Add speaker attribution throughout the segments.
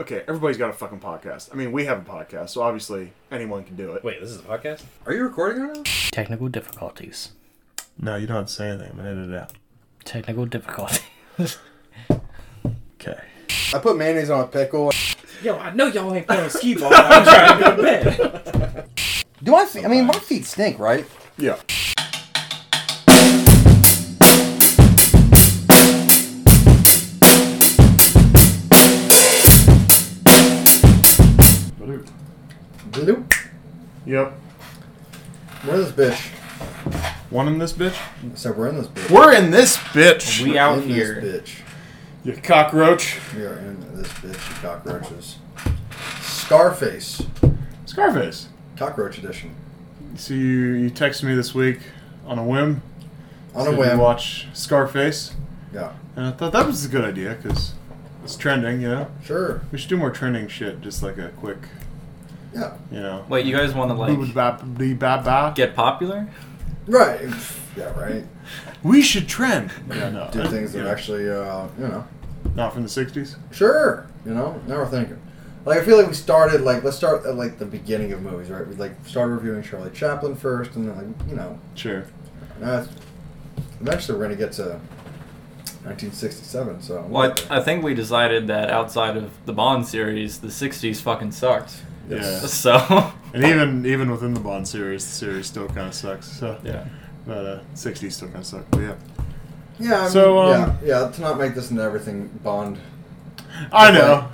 Speaker 1: okay, everybody's got a fucking podcast. I mean, we have a podcast, so obviously anyone can do it.
Speaker 2: Wait, this is a podcast?
Speaker 3: Are you recording right now?
Speaker 4: Technical difficulties.
Speaker 5: No, you don't have to say anything. I'm gonna edit it out.
Speaker 4: Technical difficulties.
Speaker 5: Okay.
Speaker 3: I put mayonnaise on a pickle.
Speaker 2: Yo, I know y'all ain't playing skee ball. I'm trying to go to bed.
Speaker 3: Do my feet? I mean, my feet stink, right?
Speaker 1: Yeah.
Speaker 3: Bloop.
Speaker 1: Yep.
Speaker 3: We're in this bitch.
Speaker 1: One in this bitch?
Speaker 3: So we're in this bitch.
Speaker 1: We're in this bitch!
Speaker 2: We
Speaker 3: We're
Speaker 2: out
Speaker 3: in
Speaker 2: here.
Speaker 3: This
Speaker 1: you cockroach.
Speaker 3: bitch. We are in this bitch. You cockroaches. Scarface,
Speaker 1: Scarface.
Speaker 3: cockroach edition.
Speaker 1: So you, you texted me this week on a whim.
Speaker 3: On
Speaker 1: Said
Speaker 3: a
Speaker 1: you
Speaker 3: whim.
Speaker 1: watch Scarface.
Speaker 3: Yeah.
Speaker 1: And I thought that was a good idea because it's trending, you know?
Speaker 3: Sure.
Speaker 1: We should do more trending shit, just like a quick,
Speaker 3: Yeah.
Speaker 1: you know.
Speaker 2: Wait, you guys want to like
Speaker 1: Boo-ba-ba-dee-ba-ba.
Speaker 2: get popular?
Speaker 3: Right. Yeah. Right.
Speaker 1: We should trend. Yeah, no.
Speaker 3: Do things that
Speaker 1: yeah.
Speaker 3: actually, uh, you know.
Speaker 1: Not from the 60s?
Speaker 3: Sure. You know, now we're thinking. Like I feel like we started like let's start at like the beginning of movies, right? We like started reviewing Charlie Chaplin first, and then like you know,
Speaker 1: Sure.
Speaker 3: that's, eventually we're gonna get to 1967. So
Speaker 2: Well, I, I think we decided that outside of the Bond series, the 60s fucking sucked.
Speaker 1: Yeah.
Speaker 2: So,
Speaker 1: And even even within the Bond series, the series still kind of sucks. So
Speaker 2: yeah.
Speaker 1: but uh, '60s still kind of suck. But yeah,
Speaker 3: yeah, I mean,
Speaker 1: So, um,
Speaker 3: yeah, yeah. To not make this an everything Bond.
Speaker 1: I know.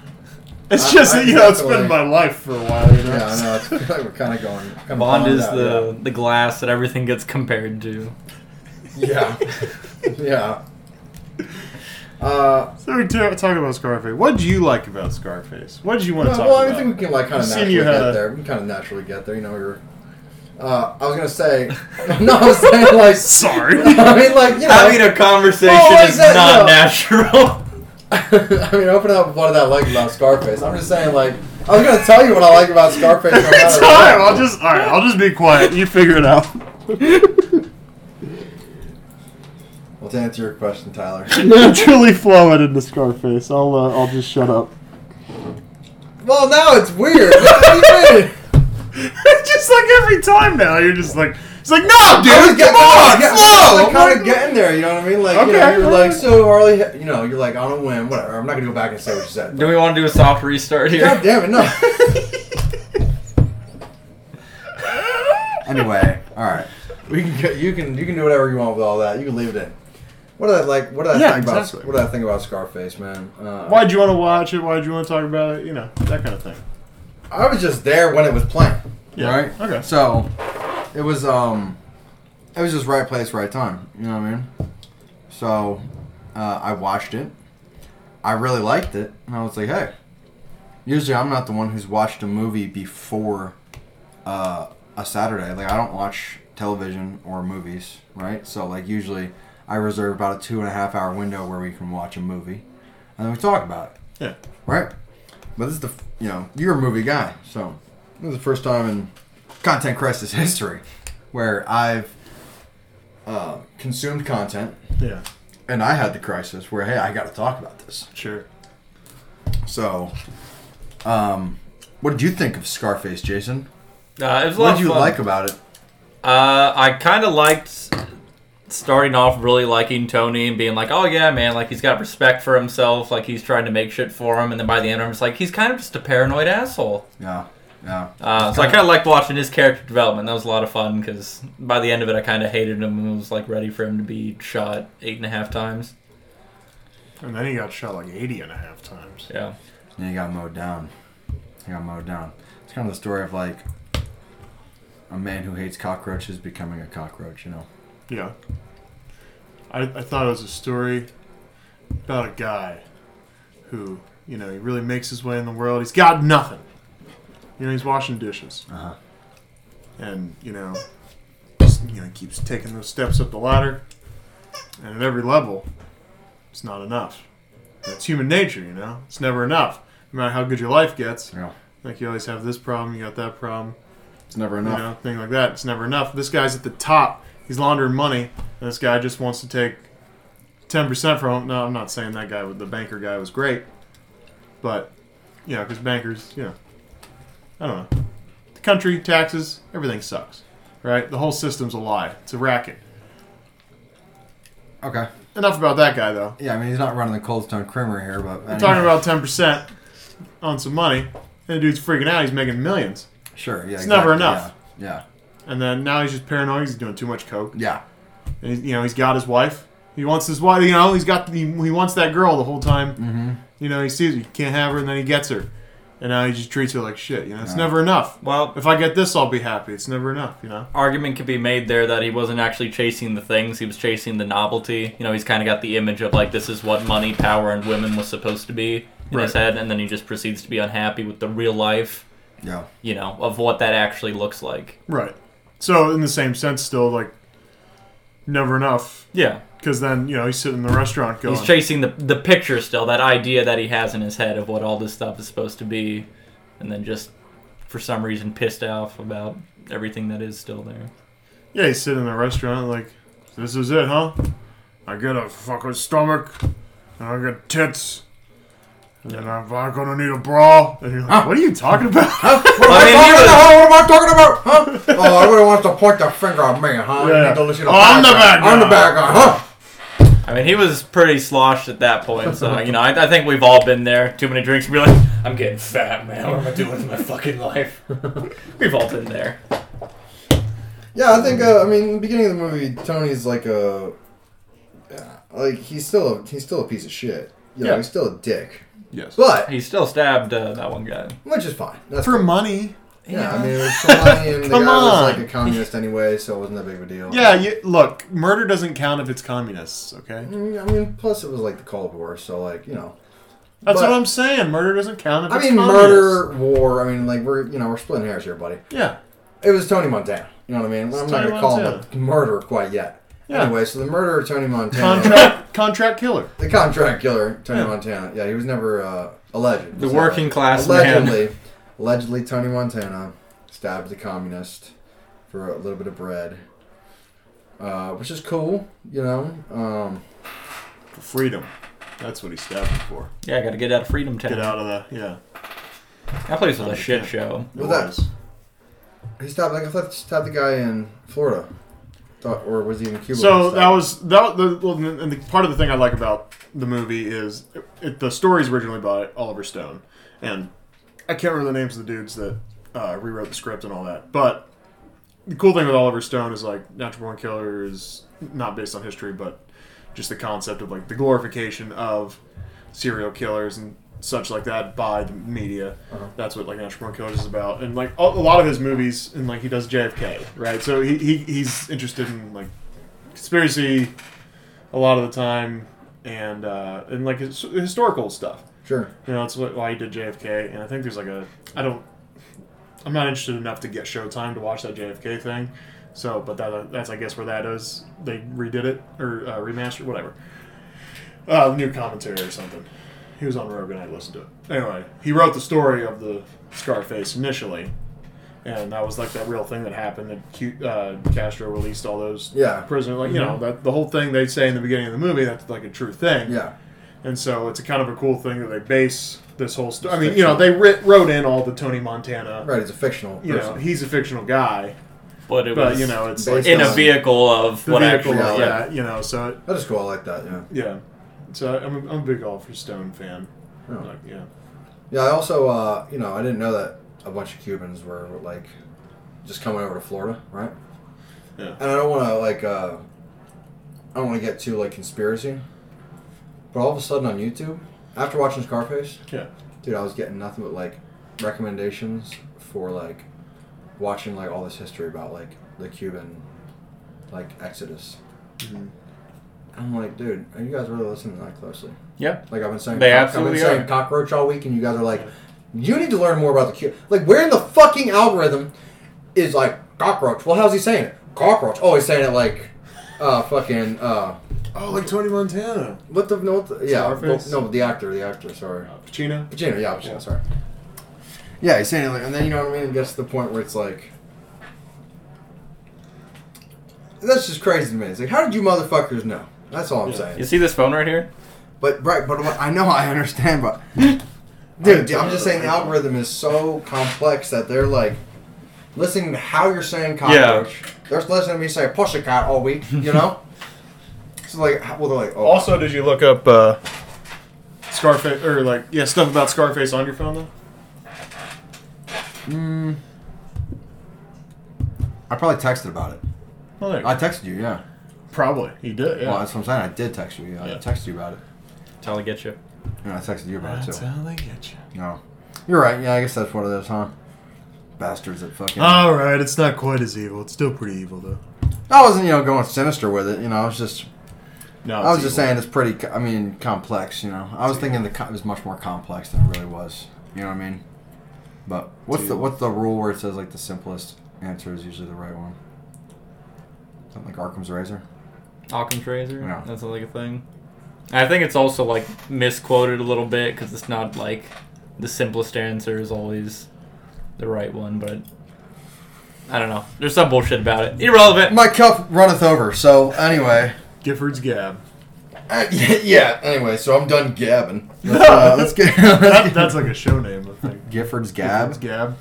Speaker 1: It's
Speaker 3: I-
Speaker 1: just
Speaker 3: I
Speaker 1: that you know it's been my
Speaker 3: definitely-
Speaker 1: life for a while. You know?
Speaker 3: Yeah, I know. It's I feel like we're kind of going. kinda
Speaker 2: Bond is
Speaker 3: out,
Speaker 2: the, the glass that everything gets compared to.
Speaker 3: Yeah. Yeah. yeah. Uh,
Speaker 1: So we ta- talk about Scarface. What did you like about Scarface? What did you want to
Speaker 3: well,
Speaker 1: talk
Speaker 3: well,
Speaker 1: about?
Speaker 3: I think we can like kind
Speaker 1: I've
Speaker 3: of
Speaker 1: seen
Speaker 3: naturally
Speaker 1: you
Speaker 3: get
Speaker 1: had a-
Speaker 3: there. We can kind of naturally get there. You know, you're. Uh, I was gonna say, no, I was saying like.
Speaker 1: Sorry.
Speaker 3: I mean, like you know.
Speaker 2: a conversation
Speaker 3: Well, what is that, though?
Speaker 2: natural.
Speaker 3: I mean, open up what did I like about Scarface? I'm just saying, like, I was gonna tell you what I like about Scarface. no
Speaker 1: Every
Speaker 3: matter
Speaker 1: time,
Speaker 3: what.
Speaker 1: I'll just all right. I'll just be quiet. You figure it out.
Speaker 3: Well, to answer your question, Tyler.
Speaker 1: Naturally flowing into Scarface. I'll uh, I'll just shut up.
Speaker 3: well, now it's weird. What do you mean?
Speaker 1: just like every time now, you're just like it's like no, dude,
Speaker 3: I was
Speaker 1: come
Speaker 3: getting-
Speaker 1: on,
Speaker 3: yeah,
Speaker 1: flow.
Speaker 3: I was kind
Speaker 1: Like,
Speaker 3: of getting there. You know what I mean? Like, you
Speaker 1: Okay,
Speaker 3: know, you're
Speaker 1: alright.
Speaker 3: like, so Harley, you know, you're like on a whim, whatever. I'm not gonna go back and say what you said.
Speaker 2: Do we want to do a soft restart here?
Speaker 3: God damn it, no. anyway, all right. We can get, you can you can do whatever you want with all that. You can leave it in. What did I like? What did I
Speaker 1: Yeah,
Speaker 3: think
Speaker 1: exactly.
Speaker 3: about? What did I think about Scarface, man? Uh,
Speaker 1: Why'd you want to watch it? Why'd you want to talk about it? You know that kind of thing.
Speaker 3: I was just there when it was playing.
Speaker 1: Yeah.
Speaker 3: Right.
Speaker 1: Okay.
Speaker 3: So it was um it was just right place, right time. You know what I mean? So uh, I watched it. I really liked it, and I was like, hey. Usually, I'm not the one who's watched a movie before uh, a Saturday. Like I don't watch television or movies, right? So like usually, I reserve about a two and a half hour window where we can watch a movie, and then we talk about it
Speaker 1: Yeah.
Speaker 3: right? But this is the f- you know you're a movie guy, so this is the first time in content crisis history where I've uh, consumed content
Speaker 1: Yeah.
Speaker 3: and I had the crisis where hey I got to talk about this.
Speaker 1: Sure.
Speaker 3: So, um, what did you think of Scarface, Jason?
Speaker 2: Uh, it was a lot
Speaker 3: What
Speaker 2: of
Speaker 3: did you
Speaker 2: fun.
Speaker 3: like about it?
Speaker 2: Uh, I kind of liked starting off really liking Tony and being like, oh yeah, man, like he's got respect for himself, like he's trying to make shit for him, and then by the end I'm just like, he's kind of just a paranoid asshole.
Speaker 3: Yeah, yeah,
Speaker 2: Uh, so I kind of liked watching his character development. That was a lot of fun because by the end of it, I kind of hated him and was like ready for him to be shot eight and a half times.
Speaker 1: And then he got shot like 80 and a half times.
Speaker 2: Yeah.
Speaker 3: and he got mowed down. He got mowed down. It's kind of the story of like a man who hates cockroaches becoming a cockroach. You know.
Speaker 1: Yeah. I, I thought it was a story about a guy who, you know, he really makes his way in the world. He's got nothing. You know, he's washing dishes.
Speaker 3: Uh-huh.
Speaker 1: And, you know, just, you know, keeps taking those steps up the ladder. And at every level, it's not enough. And It's human nature, you know? It's never enough. No matter how good your life gets,
Speaker 3: Yeah.
Speaker 1: like you always have this problem, you got that problem.
Speaker 3: It's never
Speaker 1: you know, thing like that. It's never enough. This guy's at the top. He's laundering money, and this guy just wants to take ten percent from him. No, I'm not saying that guy, the banker guy, was great, but you know, because bankers, you know, I don't know. The country, taxes, everything sucks, right? The whole system's a lie. It's a racket.
Speaker 3: Okay.
Speaker 1: Enough about that guy, though.
Speaker 3: Yeah, I mean, he's not running the Cold Stone Creamery here, but.
Speaker 1: I'm talking about 10% on some money, and the dude's freaking out. He's making millions.
Speaker 3: Sure, yeah.
Speaker 1: It's never enough.
Speaker 3: Yeah.
Speaker 1: And then now he's just paranoid. He's doing too much coke.
Speaker 3: Yeah.
Speaker 1: And he's, you know, he's got his wife. He wants his wife. You know, he's got he, he wants that girl the whole time.
Speaker 3: Mm-hmm.
Speaker 1: You know, he sees her, he can't have her, and then he gets her, and now he just treats her like shit. You know, it's
Speaker 3: Yeah.
Speaker 1: never enough.
Speaker 2: Well,
Speaker 1: If I get this, I'll be happy. It's never enough. You know.
Speaker 2: argument could be made there that he wasn't actually chasing the things; he was chasing the novelty. You know, he's kind of got the image of like this is what money, power, and women was supposed to be in his
Speaker 1: Right.
Speaker 2: head, and then he just proceeds to be unhappy with the real life.
Speaker 3: Yeah.
Speaker 2: You know, of what that actually looks like.
Speaker 1: Right. So in the same sense, still like never enough,
Speaker 2: Yeah,
Speaker 1: because then you know he's sitting in the restaurant going,
Speaker 2: he's chasing the the picture still, that idea that he has in his head of what all this stuff is supposed to be, and then just for some reason pissed off about everything that is still there.
Speaker 1: yeah, he's sitting in the restaurant like, this is it, huh? I get a fucking stomach, and I get tits. And then I'm I'm gonna need a bra. And you're like, what are you talking about?
Speaker 2: I mean, he
Speaker 3: what the
Speaker 2: was-
Speaker 3: hell am I talking about? Huh? oh, everybody wants to point their finger at me, huh?
Speaker 1: Yeah.
Speaker 3: You need to listen to
Speaker 1: Oh, I'm the bad
Speaker 3: bad guy. I'm the
Speaker 1: guy.
Speaker 3: bad guy, huh?
Speaker 2: I mean, he was pretty sloshed at that point, so you know, I, I think we've all been there. Too many drinks, and be like, I'm getting fat, man. What am I doing with my fucking life? we've all been there.
Speaker 3: Yeah, I think. Uh, I mean, the beginning of the movie, Tony's like a, yeah, like he's still a, he's still a piece of shit. You know,
Speaker 1: Yeah.
Speaker 3: he's still a dick.
Speaker 1: yes.
Speaker 3: But
Speaker 2: He still stabbed uh, that one guy.
Speaker 3: which is fine. That's
Speaker 1: For money.
Speaker 3: yeah, I mean, it was Somali and the guy
Speaker 1: Come
Speaker 3: was
Speaker 1: on.
Speaker 3: like a communist anyway, so it wasn't that big of a deal.
Speaker 1: Yeah, you, look, murder doesn't count if it's communists, okay?
Speaker 3: Mm, I mean, plus it was like the Cold War, so like you know.
Speaker 1: That's
Speaker 3: But-
Speaker 1: what I'm saying. Murder doesn't count if
Speaker 3: I
Speaker 1: it's
Speaker 3: mean,
Speaker 1: communists.
Speaker 3: murder, war. I mean, like we're you know we're splitting hairs here, buddy.
Speaker 1: Yeah.
Speaker 3: It was Tony Montana. You know what I mean? I'm not
Speaker 1: Tony
Speaker 3: gonna call
Speaker 1: Montana.
Speaker 3: him a murderer quite yet.
Speaker 1: Yeah.
Speaker 3: Anyway, so the murder of Tony Montana.
Speaker 1: Contract contract killer.
Speaker 3: The contract killer, Tony
Speaker 1: Yeah.
Speaker 3: Montana. Yeah, he was never uh, a legend.
Speaker 2: The
Speaker 3: So,
Speaker 2: working class man.
Speaker 3: allegedly, allegedly, Tony Montana stabbed the communist for a little bit of bread, uh, which is cool, you know. Um,
Speaker 1: For freedom. That's what he's stabbing for.
Speaker 2: Yeah, I gotta get out of Freedom Town.
Speaker 1: Get out of the yeah.
Speaker 2: That place was a shit show.
Speaker 1: It
Speaker 3: Well, that-
Speaker 1: was.
Speaker 3: he stabbed like I thought he stabbed the guy in Florida, thought, or was he in Cuba?
Speaker 1: So that was that. was- The, well, and the part of the thing I like about the movie is it, the story's originally by Oliver Stone, and I can't remember the names of the dudes that uh, rewrote the script and all that. But the cool thing with Oliver Stone is like Natural Born Killer is not based on history, but just the concept of like the glorification of serial killers and such like that by the media. That's what like Natural Born Killers is about, and like a a lot of his movies, and like he does JFK, right? So he, he he's interested in like conspiracy a lot of the time and uh, and like his, historical stuff
Speaker 3: sure.
Speaker 1: you know that's what, why he did jfk and i think there's like a i don't i'm not interested enough to get showtime to watch that jfk thing so but that, that's i guess where that is they redid it or uh, remastered whatever uh, new commentary or something he was on rogan i listened to it anyway he wrote the story of the scarface initially and that was like that real thing that happened that Cu- uh, castro released all those
Speaker 3: Yeah.
Speaker 1: prisoners like you know that the whole thing they say in the beginning of the movie that's like a true thing
Speaker 3: Yeah,
Speaker 1: and so it's a kind of a cool thing that they base this whole story. I mean, you know, they writ- wrote in all the Tony Montana.
Speaker 3: right. He's a fictional
Speaker 1: You know,
Speaker 3: person.
Speaker 1: he's a fictional guy,
Speaker 2: But it
Speaker 1: but
Speaker 2: was
Speaker 1: you know, it's
Speaker 3: Based
Speaker 1: like
Speaker 2: in a
Speaker 3: on
Speaker 2: vehicle of
Speaker 1: the
Speaker 2: what
Speaker 1: vehicle.
Speaker 2: actually.
Speaker 3: actually-
Speaker 1: yeah, you know, so it-
Speaker 3: that is cool. I like that. Yeah.
Speaker 1: yeah, so I'm a, I'm a big Oliver Stone fan.
Speaker 3: Oh.
Speaker 1: Like, yeah,
Speaker 3: Yeah, I also, uh, you know, I didn't know that a bunch of Cubans were like just coming over to Florida, right?
Speaker 1: Yeah.
Speaker 3: And I don't want to like, uh, I don't want to get too like conspiracy, but all of a sudden on YouTube, after watching Scarface,
Speaker 1: yeah,
Speaker 3: dude, I was getting nothing but like recommendations for like watching like all this history about like the Cuban like exodus.
Speaker 1: Mhm.
Speaker 3: I'm like, dude, are you guys really listening that closely?
Speaker 2: Yeah.
Speaker 3: Like I've been saying,
Speaker 2: They
Speaker 3: cock-
Speaker 2: absolutely
Speaker 3: I've been saying
Speaker 2: are.
Speaker 3: cockroach all week, and you guys are like, you need to learn more about the Cuban. Like, where in the fucking algorithm is like cockroach? Well, how's he saying it? Cockroach. Oh, he's saying it like, uh, fucking, uh,
Speaker 1: oh, like Tony Montana,
Speaker 3: what the no, what the, yeah,
Speaker 1: Scarface?
Speaker 3: no, the actor, the actor, sorry.
Speaker 1: Pacino.
Speaker 3: Pacino, yeah, Pacino, sorry. Yeah, he's saying it like, and then you know what I mean? It gets to the point where it's like, that's just crazy to me. It's like, how did you motherfuckers know? That's all I'm
Speaker 1: Yeah.
Speaker 3: saying.
Speaker 2: You see this phone right here?
Speaker 3: But right, but what- I know I understand, but Dude, dude, I'm just saying the algorithm is so complex that they're like listening to how you're saying cockroach. They're listening to me say pussycat all week, you know? so like, how- well, they're like, oh,
Speaker 5: Also, did you look up? Uh,
Speaker 1: Scarface, or like, yeah, stuff about Scarface on your phone though.
Speaker 3: I probably texted about it.
Speaker 1: Well, Oh, there you
Speaker 3: I
Speaker 1: go.
Speaker 3: texted you, yeah.
Speaker 1: probably he did. Yeah.
Speaker 3: Well, that's what I'm saying. I did text you. Yeah.
Speaker 1: Yeah.
Speaker 3: I texted you about it.
Speaker 2: That's how they get you.
Speaker 3: And I texted you about it too.
Speaker 1: how they get you.
Speaker 3: No, you're right. Yeah, I guess that's one of those, huh? Bastards that fucking.
Speaker 1: All right, it's not quite as evil. It's still pretty evil though.
Speaker 3: I wasn't, you know, going sinister with it. You know, I was just,
Speaker 1: No,
Speaker 3: I was just
Speaker 1: evil.
Speaker 3: saying it's pretty. co- I mean, complex. You know, I was thinking the co- it was much more complex than it really was. You know what I mean? But what's the
Speaker 1: Dude.
Speaker 3: what's the rule where it says like the simplest answer is usually the right one? Something like Arkham's Razor.
Speaker 2: Occam's razor.
Speaker 3: Yeah.
Speaker 2: That's like a thing. I think it's also like misquoted a little bit because it's not like the simplest answer is always the right one, but I don't know. There's some bullshit about it. Irrelevant.
Speaker 3: My cup runneth over. So anyway.
Speaker 1: Gifford's Gab.
Speaker 3: Uh, yeah, yeah. Anyway, so I'm done gabbing. Let's, uh, let's get. let's
Speaker 1: That,
Speaker 3: get-
Speaker 1: that's like a show name, I think.
Speaker 3: Gifford's
Speaker 1: Gifford's
Speaker 3: gab.
Speaker 1: Gab.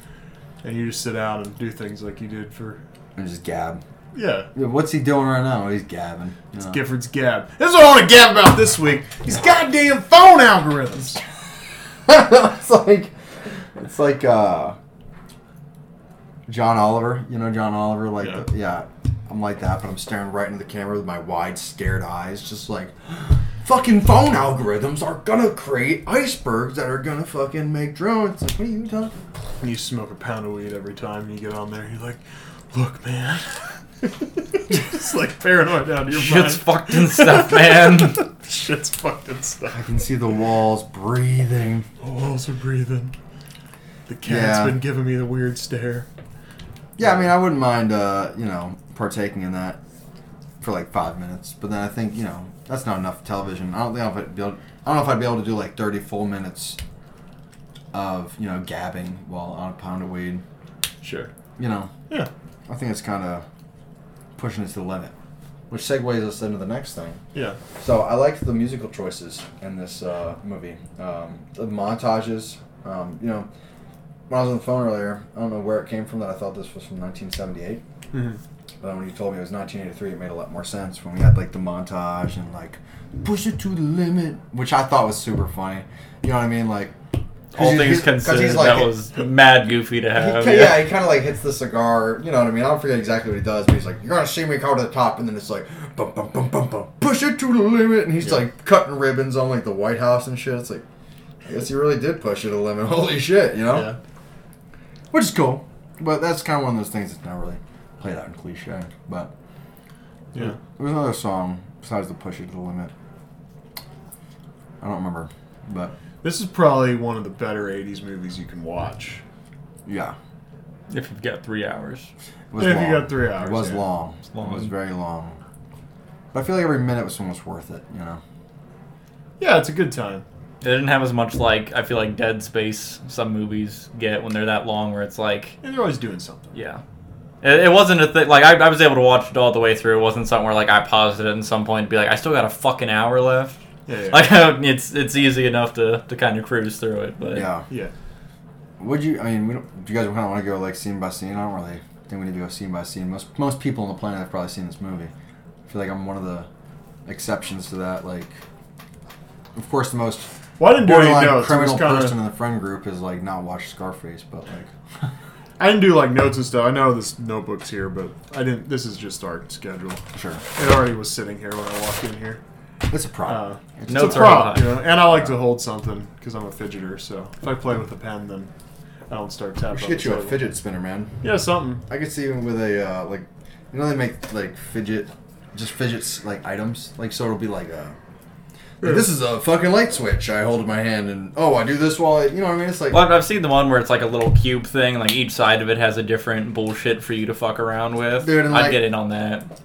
Speaker 1: And you just sit down and do things like you did for.
Speaker 3: I'm just gab.
Speaker 1: Yeah,
Speaker 3: Yeah, What's he doing right now? He's gabbing.
Speaker 1: it's Gifford's Gab. This is what I want to gab about this week. These goddamn phone algorithms.
Speaker 3: it's like it's like uh John Oliver, you know John Oliver, like
Speaker 1: Yeah.
Speaker 3: yeah. The, yeah, I'm like that, but I'm staring right into the camera with my wide, scared eyes, just like fucking phone algorithms are gonna create icebergs that are gonna fucking make drones. Like, what are you talking?
Speaker 1: And you smoke a pound of weed every time you get on there. You're like, look, man. it's like paranoid out of your
Speaker 2: Shit's
Speaker 1: mind.
Speaker 2: fucked and stuff, man.
Speaker 1: Shit's fucked and
Speaker 3: I
Speaker 1: stuff.
Speaker 3: can see the walls breathing.
Speaker 1: The walls are Oh, breathing. The cat's
Speaker 3: Yeah.
Speaker 1: been giving me the weird stare.
Speaker 3: Yeah, I mean, I wouldn't mind, uh, you know, partaking in that for like five minutes. But then I think, you know, that's not enough television. I don't think I'd be able. I don't know if I'd be able to do like thirty full minutes of you know gabbing while on a pound of weed.
Speaker 1: Sure.
Speaker 3: You know,
Speaker 1: Yeah.
Speaker 3: I think it's kind of pushing it to the limit, which segues us into the next thing.
Speaker 1: Yeah.
Speaker 3: So I liked the musical choices in this uh, movie. Um, the montages. Um, you know, when I was on the phone earlier, I don't know where it came from that I thought this was from 1978.
Speaker 1: Mhm.
Speaker 3: But then when you told me it was 1983, it made a lot more sense when we had like the montage and like push it to the limit, which I thought was super funny. You know what I mean? Like 'cause
Speaker 2: All things
Speaker 3: he's- he's- 'cause
Speaker 2: considered,
Speaker 3: he's like-
Speaker 2: that was mad goofy to
Speaker 3: he,
Speaker 2: have.
Speaker 3: ki-
Speaker 2: yeah.
Speaker 3: yeah, he kind of like hits the cigar. You know what I mean? I don't forget exactly what he does, but he's like, "You're gonna see me go to the top," and then it's like, "Bum bum bum bum bum," push it to the limit, and he's like cutting ribbons on like the White House and shit. It's like, I guess he really did push it to the limit. Holy shit, you know?
Speaker 1: Yeah.
Speaker 3: Which is cool, but that's kind of one of those things that's not really played out in cliche. But
Speaker 1: Yeah.
Speaker 3: there was another song besides the push it to the limit. I don't remember, but
Speaker 1: This is probably one of the better 80s movies you can watch.
Speaker 3: yeah,
Speaker 2: If you've got three hours.
Speaker 3: it was
Speaker 1: If you
Speaker 3: long.
Speaker 1: got three hours,
Speaker 3: It was
Speaker 1: yeah.
Speaker 3: long.
Speaker 2: It's long.
Speaker 3: It was very long. But I feel like every minute was almost worth it. You know.
Speaker 1: Yeah, it's a good time.
Speaker 2: They didn't have as much like I feel like Dead Space some movies get when they're that long where it's like
Speaker 1: And they're always doing something.
Speaker 2: yeah. It, it wasn't a thing like I, I was able to watch it all the way through. It wasn't something where like I paused it at some point and be like I still got a fucking hour left.
Speaker 1: Yeah. Yeah.
Speaker 2: Like I, it's it's easy enough to, to kind of cruise through it, but
Speaker 3: Yeah.
Speaker 1: yeah.
Speaker 3: Would you? I mean, we don't, do you guys kind of want to go like scene by scene? I don't really think we need to go scene by scene. Most most people on the planet have probably seen this movie. I feel like I'm one of the exceptions to that. Like, of course, the most
Speaker 1: Well, I didn't do any
Speaker 3: borderline
Speaker 1: notes. It was
Speaker 3: criminal
Speaker 1: kinda-
Speaker 3: person in the friend group is like not watched Scarface, but like.
Speaker 1: I didn't do like notes and stuff. I know this notebook's here, but I didn't. This is just our schedule.
Speaker 3: Sure.
Speaker 1: It already was sitting here when I walked in here.
Speaker 3: It's a
Speaker 1: Uh,
Speaker 3: problem. it's
Speaker 2: no- Notes
Speaker 1: it's a
Speaker 2: are
Speaker 1: prop,
Speaker 2: high.
Speaker 1: you know. And I like to hold something because I'm a fidgeter. So if I play with a pen, then I don't start tapping.
Speaker 3: we should
Speaker 1: on
Speaker 3: get
Speaker 1: the
Speaker 3: you a
Speaker 1: table.
Speaker 3: fidget spinner, man.
Speaker 1: Yeah, something.
Speaker 3: I could see even with a uh, like, you know, they make like fidget, just fidgets like items. Like so, it'll be like a. Like, this is a fucking light switch. I hold in my hand, and oh, I do this while I, you know what I mean. It's like
Speaker 2: Well, I've- I've seen the one where it's like a little cube thing, like each side of it has a different bullshit for you to fuck around with.
Speaker 3: Dude,
Speaker 2: I'd
Speaker 3: and like-
Speaker 2: get in on that.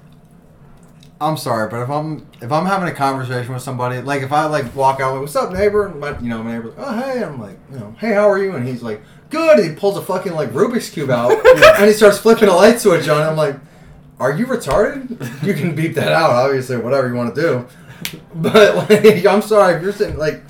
Speaker 3: I'm sorry, but if I'm if I'm having a conversation with somebody, like if I like walk out, like, what's up, neighbor? And my, you know, my neighbor's like, oh hey, I'm like, you know, hey, how are you? And he's like, good. And he pulls a fucking like Rubik's cube out, and he starts flipping a light switch on. I'm like, are you retarded? You can beep that out, obviously, whatever you want to do. But like, I'm sorry if you're sitting like,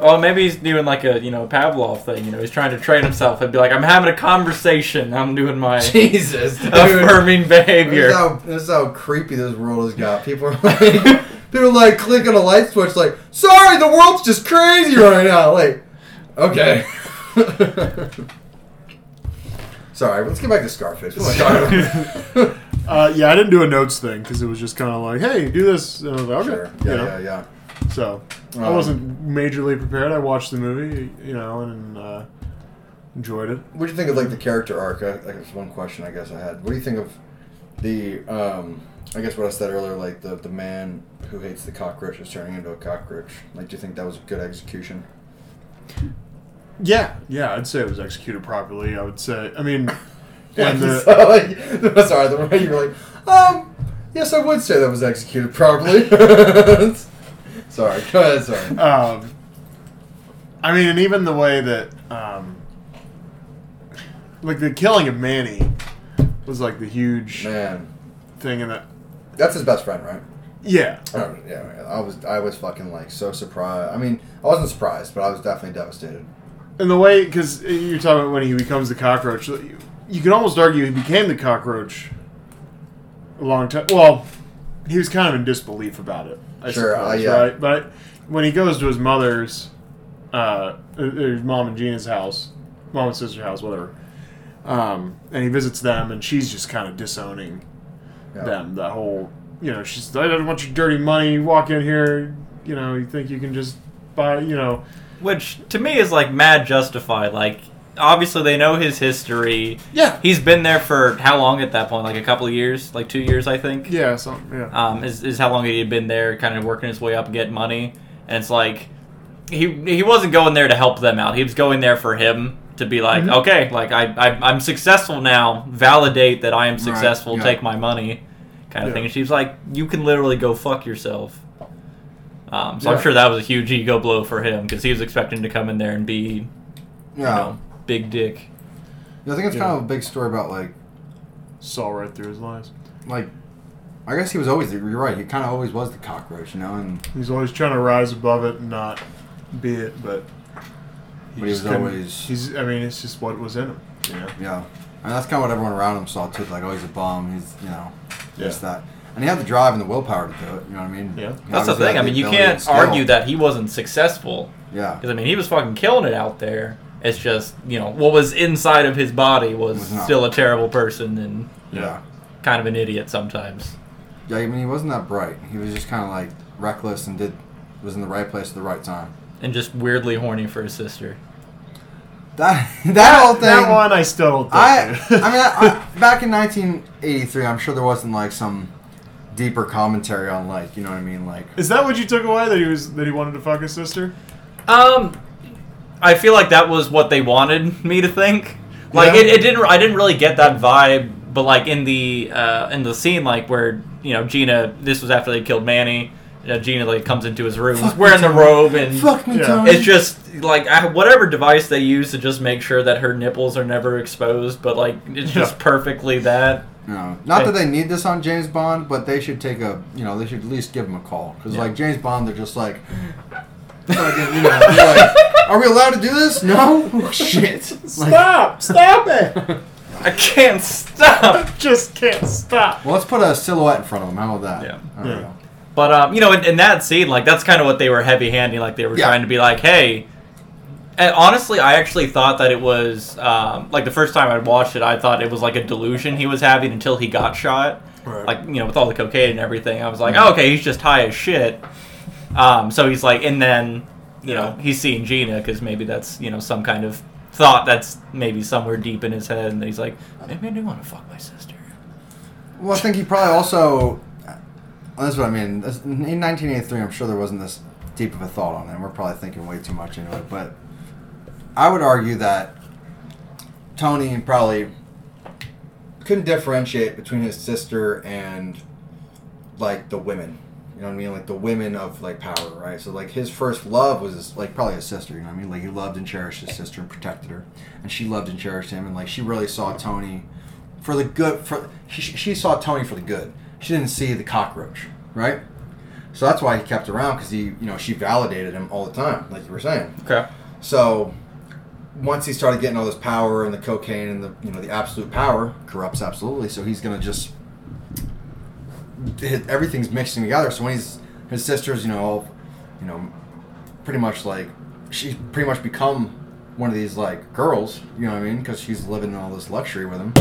Speaker 2: Oh, maybe he's doing like a you know Pavlov thing. You know, he's trying to train himself and be like, I'm having a conversation. I'm doing my
Speaker 3: Jesus, dude.
Speaker 2: affirming
Speaker 3: That's
Speaker 2: behavior.
Speaker 3: how, that's how creepy this world has got. People are like, people are like clicking a light switch, like, sorry, the world's just crazy right now. Like, okay. sorry, let's get back to Scarface. What am I talking about?
Speaker 1: Uh, yeah, I didn't do a notes thing because it was just kind of like, hey, do this. And I was like, okay.
Speaker 3: Sure.
Speaker 1: you
Speaker 3: Yeah,
Speaker 1: know?
Speaker 3: yeah, yeah.
Speaker 1: So I
Speaker 3: Um,
Speaker 1: wasn't majorly prepared. I watched the movie, you know, and uh, enjoyed it.
Speaker 3: What do you think of like the character arc? I, like, that's one question I guess I had. What do you think of the? Um, I guess what I said earlier, like the the man who hates the cockroach is turning into a cockroach. Like, do you think that was a good execution?
Speaker 1: Yeah, yeah, I'd say it was executed properly. I would say, I mean, and
Speaker 3: so,
Speaker 1: the,
Speaker 3: like, sorry, the way you were like, um, yes, I would say that was executed properly. sorry, go ahead, sorry.
Speaker 1: um, I mean, and even the way that, um, like the killing of Manny was like the huge
Speaker 3: Man,
Speaker 1: thing in that.
Speaker 3: that's his best friend, right?
Speaker 1: Yeah,
Speaker 3: Oh, yeah, yeah, I was, I was fucking like so surprised. I mean, I wasn't surprised, but I was definitely devastated.
Speaker 1: and the way because you're talking about when he becomes the cockroach, you, you can almost argue he became the cockroach a long time. Well, he was kind of in disbelief about it. I
Speaker 3: Sure, uh,
Speaker 1: suppose,
Speaker 3: yeah.
Speaker 1: right? But when he goes to his mother's, uh, uh, his mom and Gina's house, mom and sister's house, whatever, um, and he visits them, and she's just kind of disowning
Speaker 3: Yeah.
Speaker 1: them. That whole, you know, she's I don't want your dirty money. You walk in here, you know, you think you can just buy, you know.
Speaker 2: Which to me is like mad justified. Like obviously they know his history.
Speaker 1: Yeah.
Speaker 2: He's been there for how long at that point? Like a couple of years, like two years, I think.
Speaker 1: Yeah, so, yeah.
Speaker 2: Um, is, is how long he had been there, kind of working his way up, and getting money, and it's like he he wasn't going there to help them out. He was going there for him to be like,
Speaker 3: Mm-hmm.
Speaker 1: Mhm.
Speaker 2: okay, like I, I I'm successful now. Validate that I am successful.
Speaker 3: yeah.
Speaker 2: Take my money, kind of
Speaker 1: Yeah.
Speaker 2: thing. And she's like, you can literally go fuck yourself. Um, so
Speaker 3: Yeah.
Speaker 2: I'm sure that was a huge ego blow for him because he was expecting to come in there and be, you
Speaker 3: Yeah.
Speaker 2: know, big dick.
Speaker 3: Yeah, I think it's
Speaker 1: Yeah.
Speaker 3: kind of a big story about like
Speaker 1: saw right through his lies.
Speaker 3: like I guess he was always you're right. He kind of always was the cockroach, you know, and
Speaker 1: He's always trying to rise above it and not be it, but he
Speaker 3: But he was
Speaker 1: couldn't-
Speaker 3: always-
Speaker 1: He's. I mean, it's just what was in him. You know.
Speaker 3: yeah, and that's kind of what everyone around him saw too. Like, oh, he's a bum. He's you know,
Speaker 1: Yeah.
Speaker 3: this that, and he had the drive and the willpower to do it. You know what I mean?
Speaker 1: Yeah.
Speaker 3: You know,
Speaker 2: That's the
Speaker 3: obviously
Speaker 2: thing. I
Speaker 3: had
Speaker 2: mean, you
Speaker 3: ability and
Speaker 2: can't
Speaker 3: skill.
Speaker 2: argue that he wasn't successful.
Speaker 3: Yeah,
Speaker 2: Because I mean, he was fucking killing it out there. It's just you know what was inside of his body was
Speaker 3: Was not.
Speaker 2: still a terrible person and
Speaker 3: yeah,
Speaker 2: kind of an idiot sometimes.
Speaker 3: yeah. I mean, he wasn't that bright. He was just kind of like reckless and did was in the right place at the right time.
Speaker 2: And just weirdly horny for his sister.
Speaker 3: That that whole thing.
Speaker 1: That one I still. Don't
Speaker 3: I,
Speaker 1: think.
Speaker 3: I mean, I, I, back in 1983, I'm sure there wasn't like some deeper commentary on like, you know what I mean, like
Speaker 1: Is that what you took away that he was that he wanted to fuck his sister?
Speaker 2: Um, I feel like that was what they wanted me to think. Like
Speaker 1: Yeah.
Speaker 2: it, it didn't. I didn't really get that vibe. But like in the uh, in the scene, like where you know Gina, this was after they killed Manny. You know, Gina like comes into his room,
Speaker 3: Fuck
Speaker 2: wearing the
Speaker 3: me,
Speaker 2: robe and
Speaker 3: fuck me,
Speaker 1: Yeah.
Speaker 3: Tony.
Speaker 2: It's just like I, whatever device they use to just make sure that her nipples are never exposed, but like it's just
Speaker 1: Yeah.
Speaker 2: perfectly that.
Speaker 3: No, not that
Speaker 2: Hey.
Speaker 3: they need this on James Bond, but they should take a, you know, they should at least give him a call because
Speaker 2: Yeah.
Speaker 3: like James Bond, they're just like, fucking, you know, they're like, are we allowed to do this? No, shit. Like,
Speaker 1: Stop! Stop it!
Speaker 2: I can't stop.
Speaker 1: Just can't stop.
Speaker 3: well, let's put a silhouette in front of him. How about that?
Speaker 2: Yeah.
Speaker 3: I don't
Speaker 1: Yeah.
Speaker 3: know.
Speaker 2: But um, you know, in, in that scene, like that's kind of what they were heavy handing. Like they were
Speaker 3: Yeah.
Speaker 2: trying to be like, hey. And honestly, I actually thought that it was um, like the first time I'd watched it, I thought it was like a delusion he was having until he got shot.
Speaker 1: Right.
Speaker 2: like you know with all the cocaine and everything i was like oh, okay he's just high as shit um, so he's like and then you know he's seeing gina because maybe that's you know some kind of thought that's maybe somewhere deep in his head and he's like maybe i do want to fuck my sister
Speaker 3: Well, I think he probably also. That's what I mean. This- In 1983, I'm sure there wasn't this deep of a thought on it. and We're probably thinking way too much into it, but I would argue that Tony probably couldn't differentiate between his sister and like the women. You know what I mean? Like the women of like power, right? So like his first love was his, like probably his sister. You know what I mean? Like he loved and cherished his sister and protected her, and she loved and cherished him, and like she really saw Tony for the good. For she, she saw Tony for the good. She didn't see the cockroach, right? So that's why he kept around because he, you know, she validated him all the time, like you were saying.
Speaker 2: Okay.
Speaker 3: So once he started getting all this power and the cocaine and the you know the absolute power corrupts absolutely. So he's gonna just hit, everything's mixing together. So when he's his sister's you know all, you know pretty much like she's pretty much become one of these like girls. You know what I mean? Because she's living in all this luxury with him,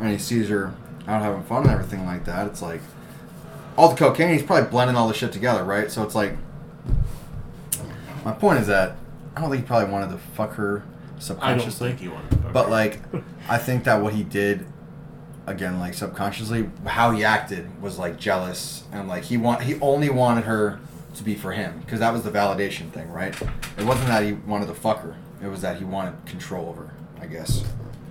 Speaker 3: and he sees her out having fun and everything like that. It's like all the cocaine. He's probably blending all the shit together, right? So it's like my point is that I don't think he probably wanted to fuck her
Speaker 1: I don't
Speaker 3: subconsciously.
Speaker 1: think he wanted. to fuck
Speaker 3: But
Speaker 1: her.
Speaker 3: like, I think that what he did, again, like subconsciously, how he acted was like jealous and like he want he only wanted her to be for him because that was the validation thing, right? It wasn't that he wanted to fuck her; it was that he wanted control over her. I guess.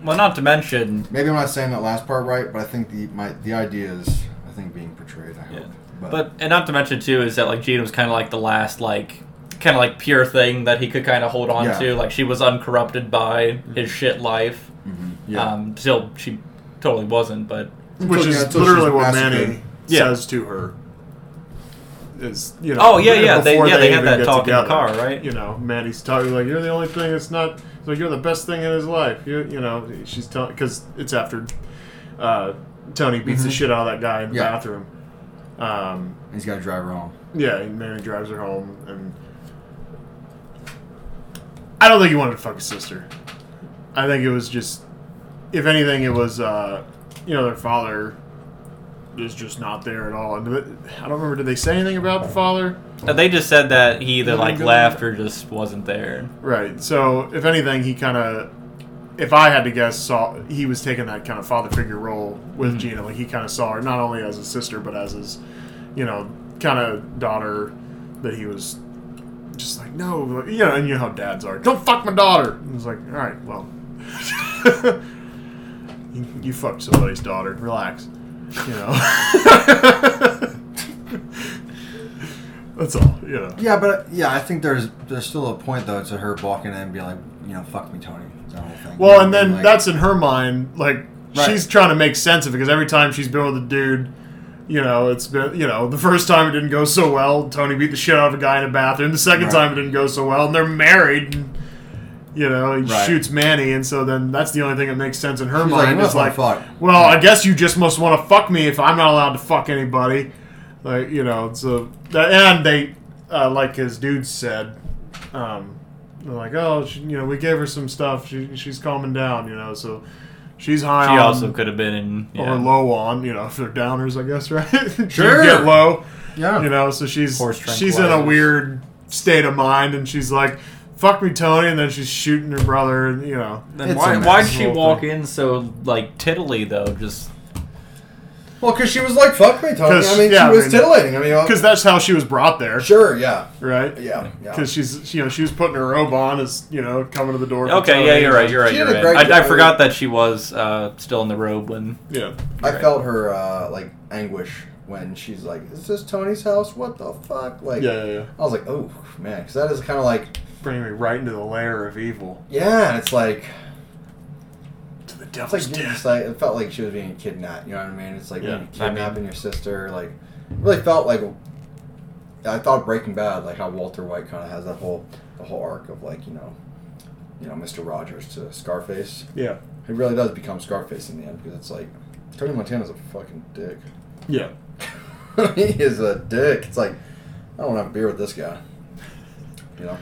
Speaker 2: Well, not to mention,
Speaker 3: Maybe I'm not saying that last part right, but I think the my the idea is I think being portrayed. I hope.
Speaker 2: Yeah. but and not to mention too is that like Gene was kind of like the last like kind of like pure thing that he could kind of hold on
Speaker 3: Yeah.
Speaker 2: to. Like she was uncorrupted by his shit life.
Speaker 3: Mhm, yeah,
Speaker 2: Um, still, she totally wasn't, but
Speaker 1: which
Speaker 3: Until-
Speaker 1: is
Speaker 3: until
Speaker 1: literally
Speaker 3: she's
Speaker 1: what
Speaker 3: massacred.
Speaker 1: Manny
Speaker 2: Yeah.
Speaker 1: says to her. Is you know?
Speaker 2: Oh, yeah,
Speaker 1: even
Speaker 2: yeah, they-
Speaker 1: before
Speaker 2: yeah, they
Speaker 1: even
Speaker 2: had that
Speaker 1: get
Speaker 2: talk in the
Speaker 1: together,
Speaker 2: car, right?
Speaker 1: You know, Manny's talking like you're the only thing that's not. it's Like you're the best thing in his life. You you know, she's telling because it's after uh, Tony beats
Speaker 2: Mm-hmm.
Speaker 1: the shit out of that guy in the
Speaker 3: Yeah.
Speaker 1: bathroom. Um,
Speaker 3: he's got to drive her home.
Speaker 1: yeah, and Manny drives her home, and I don't think he wanted to fuck his sister. I think it was just, if anything, it was, uh, you know, their father is just not there at all. And uh, I don't remember. Did they say anything about the father?
Speaker 2: uh, they just said that he either
Speaker 1: Nothing
Speaker 2: like
Speaker 1: good.
Speaker 2: left or just wasn't there.
Speaker 1: Right. So, if anything, he kind of, if I had to guess, saw he was taking that kind of father figure role with Gina. Like he kind of saw her not only as his sister, but as his, you know, kind of daughter that he was just like, no, like, you know, and you know how dads are. Don't fuck my daughter. And it's like, all right, well, you, you fucked somebody's daughter. Relax. You know. That's all. You know.
Speaker 3: Yeah, but uh, yeah, I think there's there's still a point though to her walking in and being like, you know, fuck me, Tony. That whole thing.
Speaker 1: Well, and then
Speaker 3: Like-
Speaker 1: that's in her mind. Like she's trying to make sense of it because every time she's been with a dude, you know, it's been you know the first time it didn't go so well. Tony beat the shit out of a guy in a bathroom. The second
Speaker 3: Right.
Speaker 1: time it didn't go so well, and they're married. And, you know, he
Speaker 3: Right.
Speaker 1: shoots Manny, and so then that's the only thing that makes sense in her
Speaker 3: She's like,
Speaker 1: mind.
Speaker 3: "You
Speaker 1: It's like,
Speaker 3: must wanna fuck."
Speaker 1: well, I guess you just must want to fuck me if I'm not allowed to fuck anybody. Like you know, so that, and they uh, like his dude said. Um, they're like, oh, she, you know, we gave her some stuff. She, she's calming down, you know, so she's high
Speaker 3: Um,
Speaker 2: She
Speaker 1: on
Speaker 2: also could have been in. Yeah.
Speaker 1: or low on, you know, if they're downers, I guess, right? She'd
Speaker 3: Sure.
Speaker 1: get low,
Speaker 3: yeah,
Speaker 1: you know, so she's
Speaker 2: Horse
Speaker 1: she's in a
Speaker 2: tranquilizers.
Speaker 1: weird state of mind, and she's like, fuck me, Tony, and then she's shooting her brother, and you know,
Speaker 2: Then
Speaker 3: It's
Speaker 2: why,
Speaker 3: a
Speaker 2: why'd
Speaker 3: mess.
Speaker 2: she
Speaker 1: Whole
Speaker 2: walk in so like tiddly though? Just
Speaker 3: Well, because she was like, "Fuck me, Tony."
Speaker 1: 'Cause,
Speaker 3: I mean,
Speaker 1: yeah, I
Speaker 3: she was
Speaker 1: mean-
Speaker 3: titillating. I mean, uh,
Speaker 1: because that's how she was brought there,
Speaker 3: sure, yeah,
Speaker 1: right?
Speaker 3: yeah, yeah.
Speaker 1: Because she's, you know, she was putting her robe on as, you know, coming to the door. for
Speaker 2: okay,
Speaker 1: Tony,
Speaker 2: yeah, you're right,
Speaker 1: and-
Speaker 2: you're right,
Speaker 3: She
Speaker 2: you're
Speaker 3: did a great
Speaker 2: right. I, I
Speaker 3: job.
Speaker 2: forgot that she was uh, still in the robe when.
Speaker 1: Yeah.
Speaker 3: I
Speaker 2: right.
Speaker 3: felt her uh, like anguish when she's like, "Is this Tony's house? What the fuck?" Like,
Speaker 1: Yeah, yeah, yeah.
Speaker 3: I was like, "Oh man," because that is kind of like,
Speaker 1: Bringing me right into the lair of evil.
Speaker 3: yeah, and it's like,
Speaker 1: To the
Speaker 3: it's
Speaker 1: devil's
Speaker 3: like, dude,
Speaker 1: death.
Speaker 3: it's like, it felt like she was being kidnapped. You know what I mean? It's like
Speaker 1: Yeah,
Speaker 3: you
Speaker 2: I mean-
Speaker 3: kidnapping your sister. Like, really felt like I thought Breaking Bad, like how Walter White kind of has that whole the whole arc of like you know, you know, Mister Rogers to Scarface.
Speaker 1: Yeah.
Speaker 3: He really does become Scarface in the end because it's like Tony Montana's a fucking dick.
Speaker 1: Yeah.
Speaker 3: he is a dick. It's like I don't want to have a beer with this guy. You know,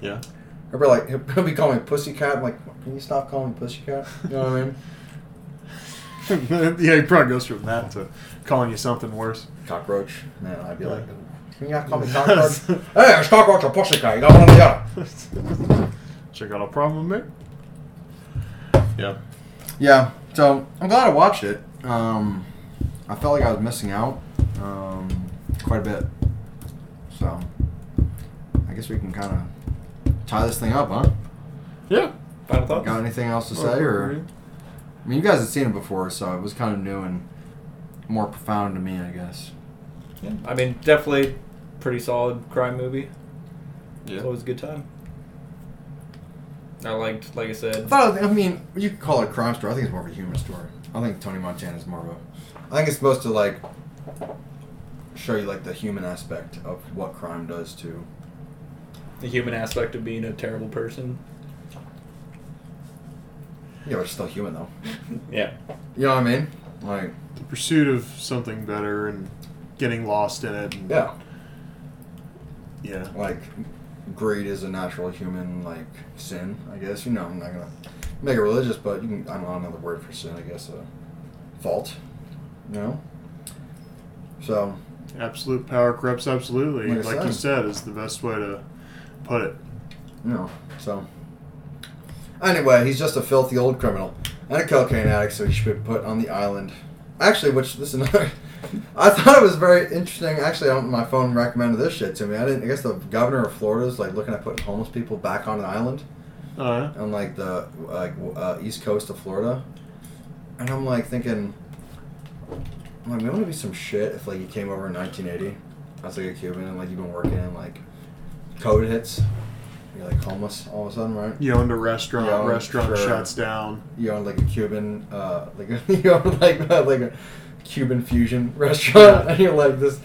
Speaker 1: Yeah.
Speaker 3: he'll be like he'll, he'll be calling me pussycat. I'm like, can you stop calling me pussycat? You know what I mean?
Speaker 1: yeah, he probably goes from that to calling you something worse.
Speaker 3: Cockroach. Man, I'd be like,
Speaker 1: Yeah.
Speaker 3: can you not call me cockroach? hey, it's cockroach or pussycat. You got one or the other.
Speaker 1: Check out a problem with me. Yeah.
Speaker 3: Yeah. So I'm glad I watched it. Um, I felt like I was missing out um, quite a bit. So I guess we can kind of tie this thing up, huh?
Speaker 1: Yeah.
Speaker 2: Final
Speaker 3: Got anything else to say, or I mean, you guys had seen it before, so it was kind of new and more profound to me, I guess.
Speaker 2: Yeah. I mean, definitely pretty solid crime movie.
Speaker 1: Yeah.
Speaker 2: It's always a good time. I liked, like I
Speaker 3: I
Speaker 2: said,
Speaker 3: thought, it was- I mean, you could call it a crime story. I think it's more of a human story. I think Tony Montana is more of a. I think it's supposed to like show you like the human aspect of what crime does to.
Speaker 2: The human aspect of being a terrible person.
Speaker 3: Yeah, but it's still human though.
Speaker 2: Yeah.
Speaker 3: You know what I mean? Like,
Speaker 1: The pursuit of something better and getting lost in it. And,
Speaker 3: yeah,
Speaker 1: Yeah.
Speaker 3: like greed is a natural human like sin. I guess you know I'm not gonna make it religious, but you can, I don't know another word for sin. I guess a fault. You know. So
Speaker 1: Absolute power corrupts absolutely.
Speaker 3: Like I
Speaker 1: Like, you
Speaker 3: said.
Speaker 1: said, is the best way to put it.
Speaker 3: No. So. Anyway, he's just a filthy old criminal and a cocaine addict, so he should be put on the island. Actually, which this is another. I thought it was very interesting. Actually, I don't, my phone recommended this shit to me. I didn't. I guess the governor of Florida's like looking at putting homeless people back on an island
Speaker 1: Uh,
Speaker 3: on like the like uh, east coast of Florida, and I'm like thinking, I'm like, wouldn't it be some shit if like you came over in 1980 as like a Cuban and like you've been working and like COVID hits, you're like homeless all of a sudden, right?
Speaker 1: you owned a restaurant.
Speaker 3: Yeah,
Speaker 1: restaurant
Speaker 3: sure.
Speaker 1: shuts down.
Speaker 3: You own like a Cuban, uh, like you own like a, like a Cuban fusion restaurant, and you're like this.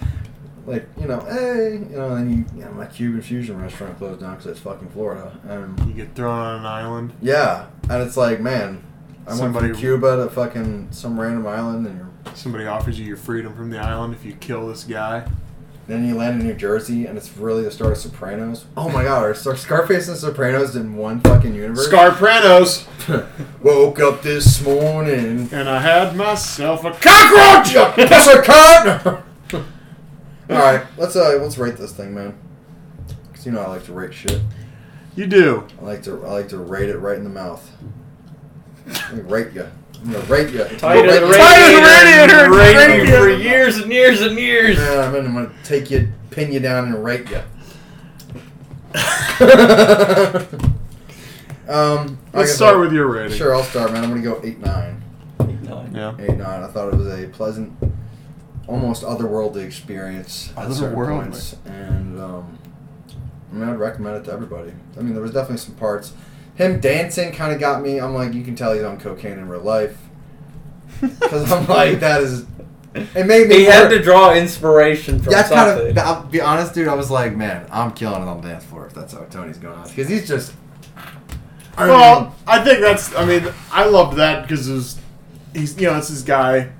Speaker 3: Like you know, hey, you know, and you, you know, my Cuban fusion restaurant closed down because it's fucking Florida, and
Speaker 1: You get thrown on an island.
Speaker 3: Yeah, and it's like, man, I went
Speaker 1: Somebody-
Speaker 3: from Cuba to fucking some random island, and you're,
Speaker 1: Somebody offers you your freedom from the island if you kill this guy.
Speaker 3: then you land in New Jersey, and it's really the start of Sopranos. Oh my god, are Scar- Scarface and Sopranos in one fucking universe?
Speaker 1: Scarpranos,
Speaker 3: Woke up this morning,
Speaker 1: and I had myself a cockroach.
Speaker 3: you pussycat! All right, let's uh, let's rate this thing, man. Cause you know I like to rate shit.
Speaker 1: You do.
Speaker 3: I like to I like to rate it right in the mouth. I'm gonna rate you. I'm gonna rate you.
Speaker 2: Tight as a
Speaker 1: Tight as a radiator.
Speaker 2: radiator. Raped you
Speaker 1: Radiator.
Speaker 2: for years and years and years.
Speaker 3: Man, I'm gonna, I'm gonna take you, pin you down, and rape you. um,
Speaker 1: Let's start with your rating.
Speaker 3: Sure, I'll start, man. I'm gonna go eight nine.
Speaker 1: Yeah.
Speaker 3: Eight nine. I thought it was a pleasant, almost otherworldly experience at certain
Speaker 1: Otherworldly.
Speaker 3: points, and um, I mean, I'd recommend it to everybody. I mean, there was definitely some parts. Him dancing kind of got me. I'm like, you can tell he's on cocaine in real life, because I'm like, that is. It made me.
Speaker 2: He had
Speaker 3: work.
Speaker 2: to draw inspiration from
Speaker 3: That's kind
Speaker 2: something.
Speaker 3: of. I'll be honest, dude. I was like, man, I'm killing it on the dance floor if that's how Tony's going on, because he's just. I mean,
Speaker 1: Well, I think that's. I mean, I love that because it was, he's you know it's this guy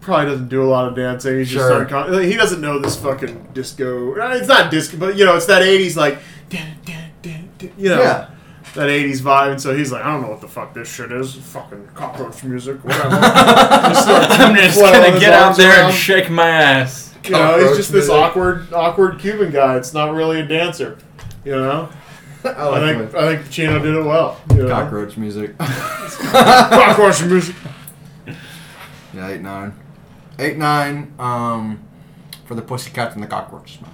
Speaker 1: probably doesn't do a lot of dancing. He's
Speaker 3: Sure.
Speaker 1: just uncon- like, he doesn't know this fucking disco. It's not disco, but you know it's that '80s like, dun, dun, dun, dun, you know.
Speaker 3: Yeah.
Speaker 1: That '80s vibe, and so he's like, I don't know what the fuck this shit is. Fucking cockroach music, whatever. Just start
Speaker 2: I'm just
Speaker 1: flailing
Speaker 2: gonna
Speaker 1: his
Speaker 2: get out
Speaker 1: arms
Speaker 2: there
Speaker 1: around.
Speaker 2: and shake my ass.
Speaker 1: You know, he's just this
Speaker 3: Cockroach music.
Speaker 1: awkward, awkward Cuban guy. It's not really a dancer. You know,
Speaker 3: I
Speaker 1: I
Speaker 3: like
Speaker 1: think I think Pacino did it well. You know?
Speaker 3: my cockroach music.
Speaker 1: cockroach music.
Speaker 3: yeah, eight nine, eight nine. Um, for the pussycats and the cockroaches, man.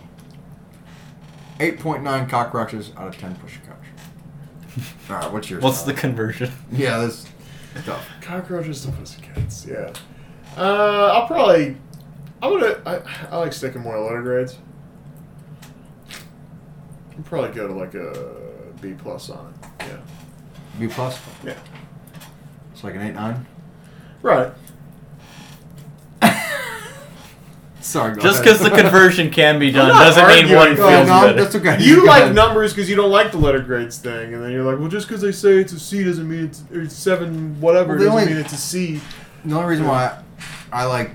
Speaker 3: Eight point nine cockroaches out of ten pussycats. All right, what's yours?
Speaker 2: What's the
Speaker 3: Tyler?
Speaker 2: conversion?
Speaker 3: yeah? This stuff.
Speaker 1: Cockroaches to pussycats, yeah. Uh, I'll probably. I'm gonna. I, I like sticking more letter grades. I'll probably go to like a B plus on it. Yeah.
Speaker 3: B plus.
Speaker 1: Yeah.
Speaker 3: It's like an eight nine.
Speaker 1: Right.
Speaker 3: Sorry, go
Speaker 2: Just
Speaker 3: ahead.
Speaker 2: because the conversion can be done
Speaker 1: not
Speaker 2: doesn't mean one
Speaker 1: arguing.
Speaker 2: feels
Speaker 1: No,
Speaker 3: Oh, no,
Speaker 2: better.
Speaker 3: that's okay.
Speaker 1: You
Speaker 3: Go
Speaker 1: like
Speaker 3: ahead.
Speaker 1: numbers because you don't like the letter grades thing, and then you're like, well, just because they say it's a C doesn't mean it's, or it's seven whatever
Speaker 3: Well, they
Speaker 1: doesn't
Speaker 3: only-
Speaker 1: mean it's a C.
Speaker 3: The only reason why I, I like,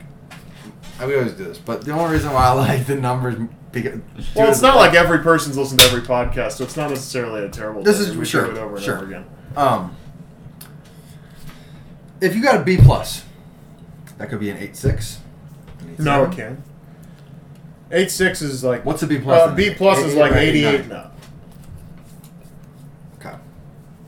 Speaker 3: I we always do this, but the only reason why I like the numbers because
Speaker 1: Well, it's not like every person's listened to every podcast, so it's not necessarily a terrible.
Speaker 3: This
Speaker 1: thing
Speaker 3: is-
Speaker 1: if we
Speaker 3: sure,
Speaker 1: do it over and
Speaker 3: sure.
Speaker 1: over again.
Speaker 3: um, if you got a B plus, that could be an eight six.
Speaker 1: No, it can. Eight six is like
Speaker 3: What's a B plus?
Speaker 1: Uh, B plus is like eighty eight now,
Speaker 3: Okay,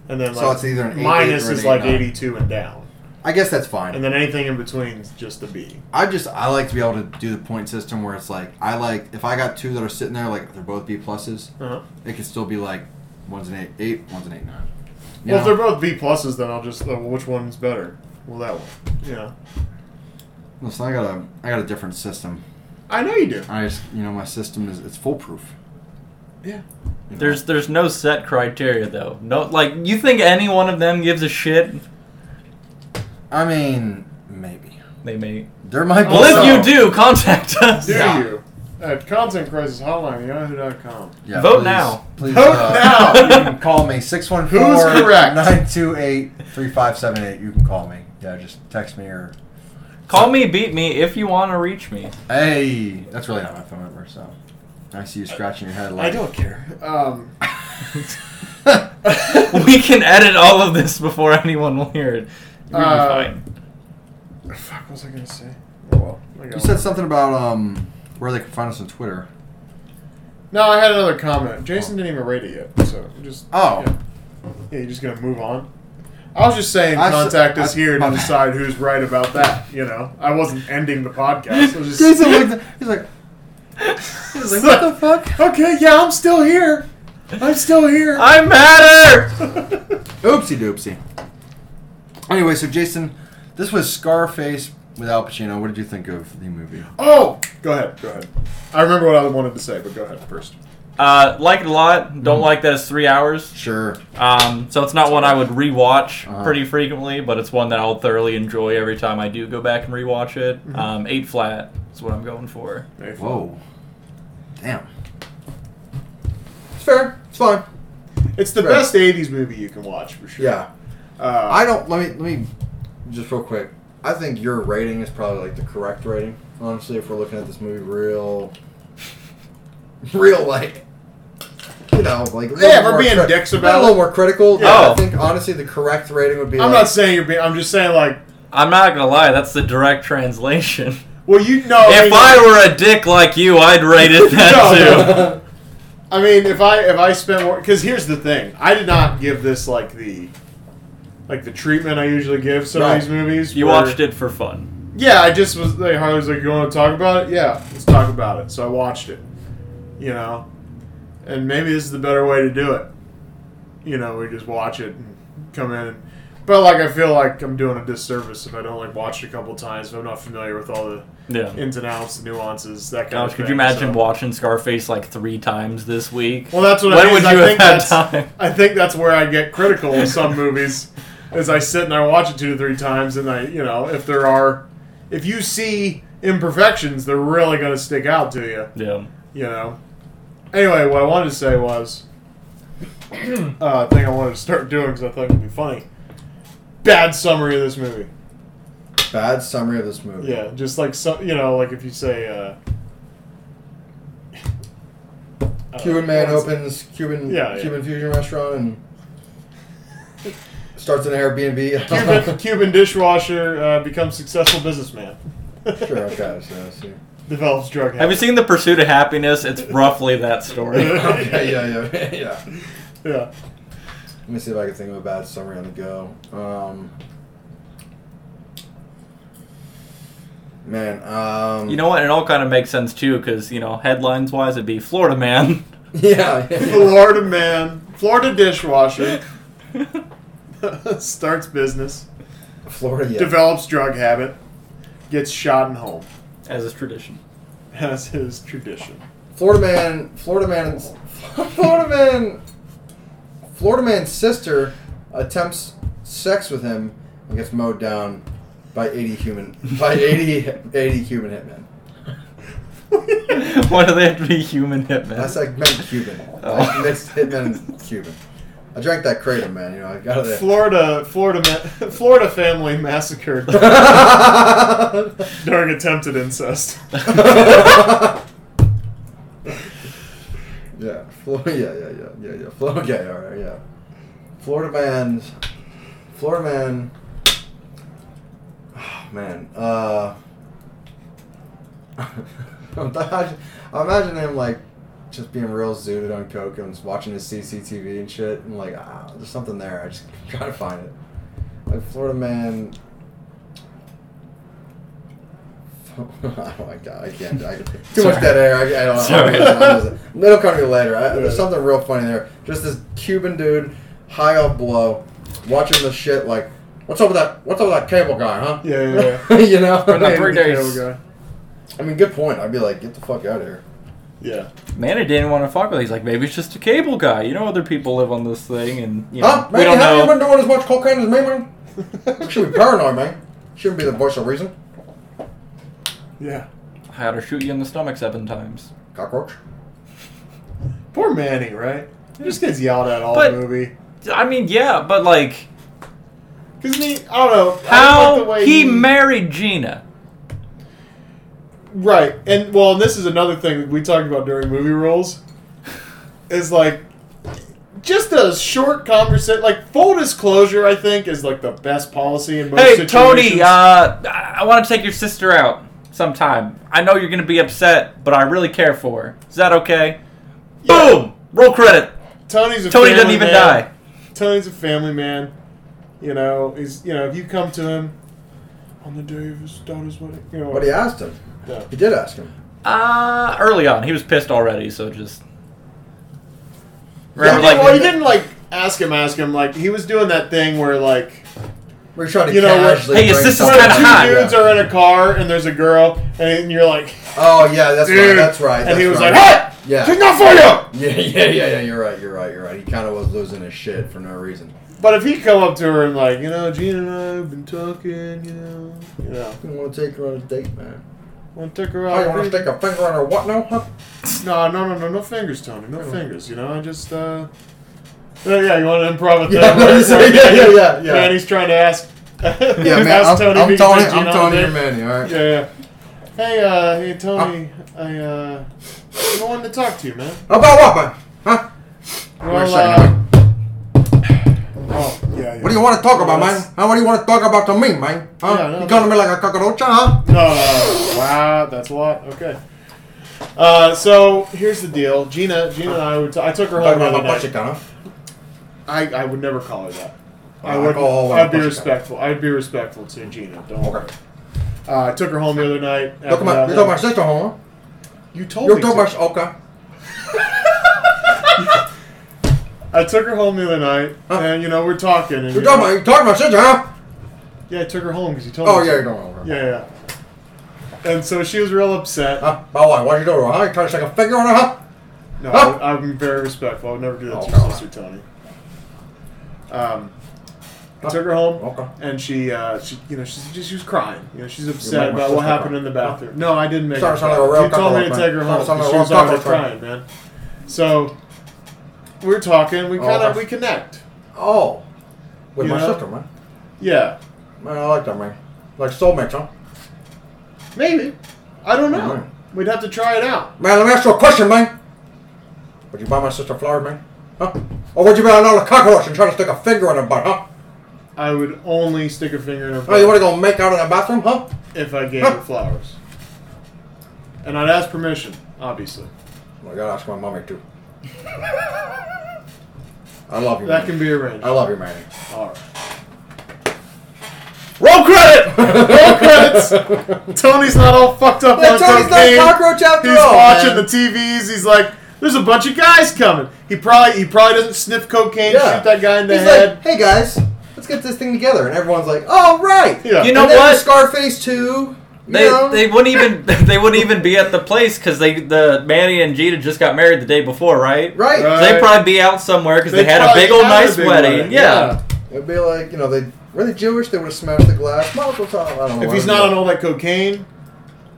Speaker 1: and then like
Speaker 3: So it's either an 88
Speaker 1: minus
Speaker 3: or an
Speaker 1: is like
Speaker 3: 89.
Speaker 1: eighty two and down,
Speaker 3: I guess that's fine.
Speaker 1: and then anything in between is just a B.
Speaker 3: I just I like to be able to do the point system where it's like I like if I got two that are sitting there like they're both B pluses,
Speaker 1: Uh-huh.
Speaker 3: it could still be like one's an eight eight, one's an eight nine. You
Speaker 1: Well, if
Speaker 3: know?
Speaker 1: they're both B pluses, then I'll just uh, well, which one's better? Well, that one. Yeah,
Speaker 3: Listen, I got a I got a different system.
Speaker 1: I know you do.
Speaker 3: I just you know my system is it's foolproof.
Speaker 1: Yeah.
Speaker 3: You know?
Speaker 2: There's there's no set criteria though. No, like you think any one of them gives a shit?
Speaker 3: I mean, maybe
Speaker 2: They may.
Speaker 3: there might be.
Speaker 2: Well,
Speaker 3: some.
Speaker 2: if you do, contact us.
Speaker 1: Do
Speaker 3: Yeah.
Speaker 1: you? at Content Crisis Hotline at yahoo.com.
Speaker 3: Yeah,
Speaker 2: Vote
Speaker 3: please-
Speaker 2: now.
Speaker 3: Please
Speaker 1: Vote
Speaker 3: uh,
Speaker 1: now!
Speaker 3: You can call me 614
Speaker 1: correct?
Speaker 3: 928 3578. You can call me. Yeah, just text me or.
Speaker 2: Call me, beat me if you want to reach me.
Speaker 3: Hey! That's really not my phone number, so. I see you scratching your head like.
Speaker 1: I don't care. Um,
Speaker 2: we can edit all of this before anyone will hear it. You'll be
Speaker 1: Uh,
Speaker 2: fine.
Speaker 1: fuck, what was I going to say?
Speaker 3: Oh, well.
Speaker 1: I got
Speaker 3: You said
Speaker 1: one.
Speaker 3: something about um where they can find us on Twitter.
Speaker 1: No, I had another comment. Jason didn't even rate it yet, so just
Speaker 3: Oh.
Speaker 1: yeah, yeah you're just gonna move on. I was just saying,
Speaker 3: I s-
Speaker 1: contact us
Speaker 3: I-
Speaker 1: here
Speaker 3: my
Speaker 1: to
Speaker 3: bad.
Speaker 1: decide who's right about that. You know, I wasn't ending the podcast. I was just
Speaker 3: Jason looked at- he's like, he's like, what the fuck?
Speaker 1: okay, yeah, I'm still here. I'm still here.
Speaker 2: I matter!
Speaker 3: Oopsie doopsie. Anyway, so Jason, this was Scarface with Al Pacino. What did you think of the movie?
Speaker 1: oh, go ahead, go ahead. I remember what I wanted to say, but go ahead first.
Speaker 2: Uh, like it a lot. Don't like that it's three hours.
Speaker 3: Sure.
Speaker 2: Um, so it's not one I would rewatch
Speaker 3: Uh-huh.
Speaker 2: pretty frequently, but it's one that I'll thoroughly enjoy every time I do go back and rewatch it. Um, eight flat is what I'm going for.
Speaker 1: Nathan.
Speaker 3: Whoa. Damn. It's fair. It's fine.
Speaker 1: It's the
Speaker 3: Right.
Speaker 1: best '80s movie you can watch for sure.
Speaker 3: Yeah.
Speaker 1: uh,
Speaker 3: I don't. Let me. Let me. Just real quick. I think your rating is probably like the correct rating. Honestly, if we're looking at this movie real, real like, you know, like a little
Speaker 1: Yeah, if we're
Speaker 3: more
Speaker 1: being dicks about
Speaker 3: a
Speaker 1: it.
Speaker 3: little more critical.
Speaker 1: Yeah.
Speaker 3: Yeah.
Speaker 2: Oh.
Speaker 3: I think honestly the correct rating would be.
Speaker 1: I'm
Speaker 3: like,
Speaker 1: not saying you're being. I'm just saying like,
Speaker 2: I'm not gonna lie, that's the direct translation.
Speaker 1: well, you know,
Speaker 2: if I were a dick like you, I'd rate it
Speaker 1: No,
Speaker 2: that too.
Speaker 1: no. I mean, if I if I spent more, because here's the thing, I did not give this like the like the treatment I usually give some
Speaker 3: Right.
Speaker 1: of these movies.
Speaker 2: You
Speaker 1: where-
Speaker 2: watched it for fun.
Speaker 1: Yeah, I just was like Harley's like, you want to talk about it? Yeah, let's talk about it. So I watched it, you know, and maybe this is the better way to do it. You know, we just watch it and come in. And, but like, I feel like I'm doing a disservice if I don't like watch it a couple times. If I'm not familiar with all the
Speaker 2: Yeah.
Speaker 1: ins and outs, the nuances, that kind of.
Speaker 2: Gosh, could you
Speaker 1: thing,
Speaker 2: imagine
Speaker 1: so.
Speaker 2: watching Scarface like three times this week?
Speaker 1: Well, that's what I
Speaker 2: when
Speaker 1: mean,
Speaker 2: would
Speaker 1: is I
Speaker 2: you
Speaker 1: think
Speaker 2: have
Speaker 1: that's-
Speaker 2: had time?
Speaker 1: I think that's where I get critical of some movies, is I sit and I watch it two to three times, and I, you know, if there are, if you see imperfections, they're really going to stick out to you,
Speaker 2: Yeah.
Speaker 1: you know. Anyway, what I wanted to say was, uh, thing I wanted to start doing because I thought it would be funny. Bad summary of this movie.
Speaker 3: bad summary of this movie.
Speaker 1: Yeah, just like some, you know, like if you say. Uh, I don't
Speaker 3: Cuban
Speaker 1: know,
Speaker 3: man
Speaker 1: what's-
Speaker 3: opens Cuban
Speaker 1: Yeah, yeah.
Speaker 3: Cuban fusion restaurant and starts an Airbnb.
Speaker 1: Cuban, Cuban dishwasher uh, becomes successful businessman.
Speaker 3: sure. Okay. So, I see.
Speaker 1: Develops drug
Speaker 2: Have you
Speaker 1: habits.
Speaker 2: seen The Pursuit of Happiness? It's roughly that story.
Speaker 3: Okay, yeah. Yeah. Yeah.
Speaker 1: Yeah.
Speaker 3: Let me see if I can think of a bad summary on the go. Um, man, um,
Speaker 2: You know what? It all kind of makes sense too, because you know, headlines wise, it'd be Florida Man.
Speaker 3: yeah, yeah, yeah.
Speaker 1: Florida man, Florida dishwasher starts business,
Speaker 3: Florida, yeah.
Speaker 1: develops drug habit, gets shot and home.
Speaker 2: As is tradition.
Speaker 1: As his tradition.
Speaker 3: Florida man, Florida man, Florida man, Florida man's sister attempts sex with him and gets mowed down by eighty human, by 80, 80 Cuban hitmen.
Speaker 2: Why do they have to be human hitmen?
Speaker 3: That's like meant Cuban.
Speaker 2: Oh.
Speaker 3: I mixed hitman and Cuban. I drank that kratom, man. You know, I
Speaker 1: Oh,
Speaker 3: got it.
Speaker 1: Florida, Florida, ma- Florida family massacred during attempted incest.
Speaker 3: Yeah, Flo- yeah, yeah, yeah, yeah, yeah. Flo- okay, all right, yeah. Florida man's, Florida man. Oh, man, uh, imagine, imagine him like just being real zooted on coke and just watching his CCTV and shit. And like, ah, there's something there. I just gotta find it. Like Florida man. oh my god, I can't. I, too much dead air. I, I don't know.
Speaker 2: Sorry.
Speaker 3: It'll come to me later. I,
Speaker 1: Yeah.
Speaker 3: There's something real funny there. Just this Cuban dude, high up blow, watching the shit like, what's up with that? What's up with that cable guy, huh?
Speaker 1: Yeah, yeah, yeah.
Speaker 3: you know.
Speaker 2: the three days.
Speaker 1: Cable guy.
Speaker 3: I mean, good point. I'd be like, get the fuck out of here.
Speaker 1: Yeah.
Speaker 2: Man, I didn't want to fuck with. it. He's like, maybe it's just a cable guy. You know, other people live on this thing, and you know,
Speaker 3: Huh?
Speaker 2: we
Speaker 3: Man,
Speaker 2: don't
Speaker 3: how Oh, you
Speaker 2: know.
Speaker 3: been doing as much cocaine as me, man? You should be paranoid, man. Shouldn't be the voice of reason.
Speaker 1: Yeah.
Speaker 2: Had her shoot you in the stomach seven times.
Speaker 3: Cockroach.
Speaker 1: Poor Manny, right? He just gets yelled at all
Speaker 2: But-
Speaker 1: the movie.
Speaker 2: I mean, yeah, but like,
Speaker 1: Because he, I don't know. I like
Speaker 2: how
Speaker 1: the way
Speaker 2: he married Gina.
Speaker 1: Right, and well, and this is another thing that we talked about during movie rules. Is like just a short conversation. Like full disclosure, I think is like the best policy in most
Speaker 2: Hey,
Speaker 1: situations.
Speaker 2: Tony, uh, I want to take your sister out sometime. I know you're going to be upset, but I really care for her. Is that okay?
Speaker 1: Yeah.
Speaker 2: Boom! Roll credit.
Speaker 1: Tony's a
Speaker 2: Tony doesn't
Speaker 1: family
Speaker 2: even
Speaker 1: man.
Speaker 2: die.
Speaker 1: Tony's a family man. You know, he's you know if you come to him on the day of his daughter's wedding, you know,
Speaker 3: But he asked him.
Speaker 1: yeah.
Speaker 3: He did ask him.
Speaker 2: Uh, early on, he was pissed already, so just.
Speaker 1: Yeah, he
Speaker 2: Remember,
Speaker 1: didn't- well, he
Speaker 2: like,
Speaker 1: didn't like ask him, ask him. Like he was doing that thing where like
Speaker 3: We're trying to
Speaker 1: You know what?
Speaker 3: casually.
Speaker 2: Hey, your
Speaker 3: bring
Speaker 2: sister's
Speaker 3: something
Speaker 1: when
Speaker 2: kinda
Speaker 3: up.
Speaker 1: two
Speaker 2: hot.
Speaker 1: dudes are in a car and there's a girl and you're like,
Speaker 3: Oh yeah, that's right.
Speaker 1: Dude.
Speaker 3: That's right.
Speaker 1: and he
Speaker 3: that's
Speaker 1: was
Speaker 3: right.
Speaker 1: like, "Hey,
Speaker 3: Yeah.
Speaker 1: she's not for you."
Speaker 3: Yeah, yeah, yeah, yeah. You're right. You're right. You're right. He kind of was losing his shit for no reason.
Speaker 1: But if he come up to her and like, you know, Gina and I have been talking, you know, you know,
Speaker 3: I want to take her on a date, man.
Speaker 1: want to take her
Speaker 3: Oh, you
Speaker 1: out.
Speaker 3: want to stick a finger on her what now? Huh?
Speaker 1: no, no, no, no, no fingers, Tony,
Speaker 3: Oh.
Speaker 1: no fingers. You know, I just, uh, yeah, yeah, you want to improv a thing?
Speaker 3: Yeah, I'm gonna say, yeah, yeah, yeah, yeah.
Speaker 1: Man, he's trying to ask.
Speaker 3: Yeah, man.
Speaker 1: ask
Speaker 3: I'm
Speaker 1: Tony if
Speaker 3: I'm
Speaker 1: he can
Speaker 3: Tony.
Speaker 1: take Gina
Speaker 3: I'm
Speaker 1: on
Speaker 3: Tony.
Speaker 1: a
Speaker 3: Your
Speaker 1: date.
Speaker 3: man. All right.
Speaker 1: Yeah, yeah. Hey, uh, hey, Tony, I, uh, I wanted to talk to you, man.
Speaker 3: About what, man? Huh? Wait a
Speaker 1: Well,
Speaker 3: second,
Speaker 1: uh, oh, yeah, yeah.
Speaker 3: What do you want to talk about,
Speaker 1: Yes.
Speaker 3: man? Huh? What do you want to talk about to me, man? Huh?
Speaker 1: Yeah, no,
Speaker 3: you calling
Speaker 1: no.
Speaker 3: me like a cockroach, huh?
Speaker 1: No, no, no, no. Wow, that's a lot. Okay. Uh, so here's the deal. Gina, Gina and I, would t- I took her home
Speaker 3: Talking
Speaker 1: the other
Speaker 3: about my
Speaker 1: night.
Speaker 3: pachicana.
Speaker 1: I, I would never call her that. I
Speaker 3: Uh,
Speaker 1: would.
Speaker 3: oh, oh,
Speaker 1: I'd be
Speaker 3: Pachicana.
Speaker 1: respectful. I'd be respectful to Gina. Don't.
Speaker 3: Okay.
Speaker 1: Uh, I took her home the other night.
Speaker 3: Look
Speaker 1: after
Speaker 3: at my,
Speaker 1: that
Speaker 3: you talking
Speaker 1: one.
Speaker 3: about sister, huh?
Speaker 1: You told
Speaker 3: You're
Speaker 1: me.
Speaker 3: talking
Speaker 1: to.
Speaker 3: about okay.
Speaker 1: I took her home the other night,
Speaker 3: Huh?
Speaker 1: and you know we're talking. And,
Speaker 3: You're
Speaker 1: you
Speaker 3: talking
Speaker 1: know-
Speaker 3: about, you talking about sister, huh?
Speaker 1: Yeah, I took her home because you told
Speaker 3: Oh
Speaker 1: me.
Speaker 3: yeah,
Speaker 1: to.
Speaker 3: you're talking about okay.
Speaker 1: Yeah, yeah. And so she was real upset.
Speaker 3: Huh? My wife, what you doing, huh? You trying to stick a finger on her, huh?
Speaker 1: No,
Speaker 3: Huh?
Speaker 1: I, I'm very respectful. I would never do that
Speaker 3: Oh,
Speaker 1: to your
Speaker 3: God.
Speaker 1: sister, Tony. Um, I
Speaker 3: Huh?
Speaker 1: took her home,
Speaker 3: Okay.
Speaker 1: and she, uh, she, you know, she, she, she was crying. You know, she's
Speaker 3: made
Speaker 1: upset
Speaker 3: my
Speaker 1: about what
Speaker 3: sister
Speaker 1: happened
Speaker 3: cry.
Speaker 1: in the bathroom. No, I didn't make
Speaker 3: Sorry,
Speaker 1: her.
Speaker 3: sounded
Speaker 1: cry.
Speaker 3: like a real
Speaker 1: you told me to
Speaker 3: cockroach,
Speaker 1: take her
Speaker 3: man.
Speaker 1: home.
Speaker 3: Sounded
Speaker 1: 'cause
Speaker 3: like
Speaker 1: she
Speaker 3: a
Speaker 1: was
Speaker 3: real
Speaker 1: already
Speaker 3: cockroach,
Speaker 1: crying, man. So we we're talking. We
Speaker 3: Oh,
Speaker 1: kind of
Speaker 3: okay.
Speaker 1: we connect.
Speaker 3: Oh, with
Speaker 1: You
Speaker 3: my
Speaker 1: know?
Speaker 3: sister, man.
Speaker 1: Yeah,
Speaker 3: Man, I like that, man. Like soulmates, huh?
Speaker 1: maybe. I don't know.
Speaker 3: Alright.
Speaker 1: We'd have to try it out.
Speaker 3: Man, let me ask you a question, man. Would you buy my sister flowers, man? Huh? Or would you buy another cockroach and try to stick a finger in her butt, huh?
Speaker 1: I would only stick a finger in her.
Speaker 3: Oh, you
Speaker 1: butt.
Speaker 3: want to go make out in the bathroom, huh?
Speaker 1: if I gave her flowers. And I'd ask permission, obviously.
Speaker 3: Well, I gotta ask my mommy too. I love you.
Speaker 1: That
Speaker 3: Manny.
Speaker 1: can be arranged.
Speaker 3: I love you, Manny.
Speaker 1: All right.
Speaker 2: Roll credit!
Speaker 1: Roll credits. Tony's not all fucked up
Speaker 3: Yeah,
Speaker 1: on
Speaker 3: Tony's not
Speaker 1: cocaine.
Speaker 3: a cockroach after
Speaker 1: He's
Speaker 3: all,
Speaker 1: watching
Speaker 3: man.
Speaker 1: the TVs. He's like, "There's a bunch of guys coming." He probably he probably doesn't sniff cocaine. Shoot that guy in the
Speaker 3: He's
Speaker 1: head.
Speaker 3: like, hey guys, let's get this thing together, and everyone's like, all right.
Speaker 1: Yeah.
Speaker 2: You
Speaker 1: You
Speaker 2: know
Speaker 3: and then
Speaker 2: what?
Speaker 3: the Scarface too. You
Speaker 2: They,
Speaker 3: know?
Speaker 2: they wouldn't even they wouldn't even be at the place because they the Manny and Gina just got married the day before, right?
Speaker 3: right.
Speaker 1: Right.
Speaker 2: So they'd probably be out somewhere because they, had a
Speaker 1: probably
Speaker 2: big old
Speaker 1: had a
Speaker 2: nice
Speaker 1: big
Speaker 2: wedding.
Speaker 1: wedding,
Speaker 2: Yeah.
Speaker 3: It'd be like you know they were they Jewish. They would have smashed the glass. Mazel tov. I don't know.
Speaker 1: If he's not on all that cocaine,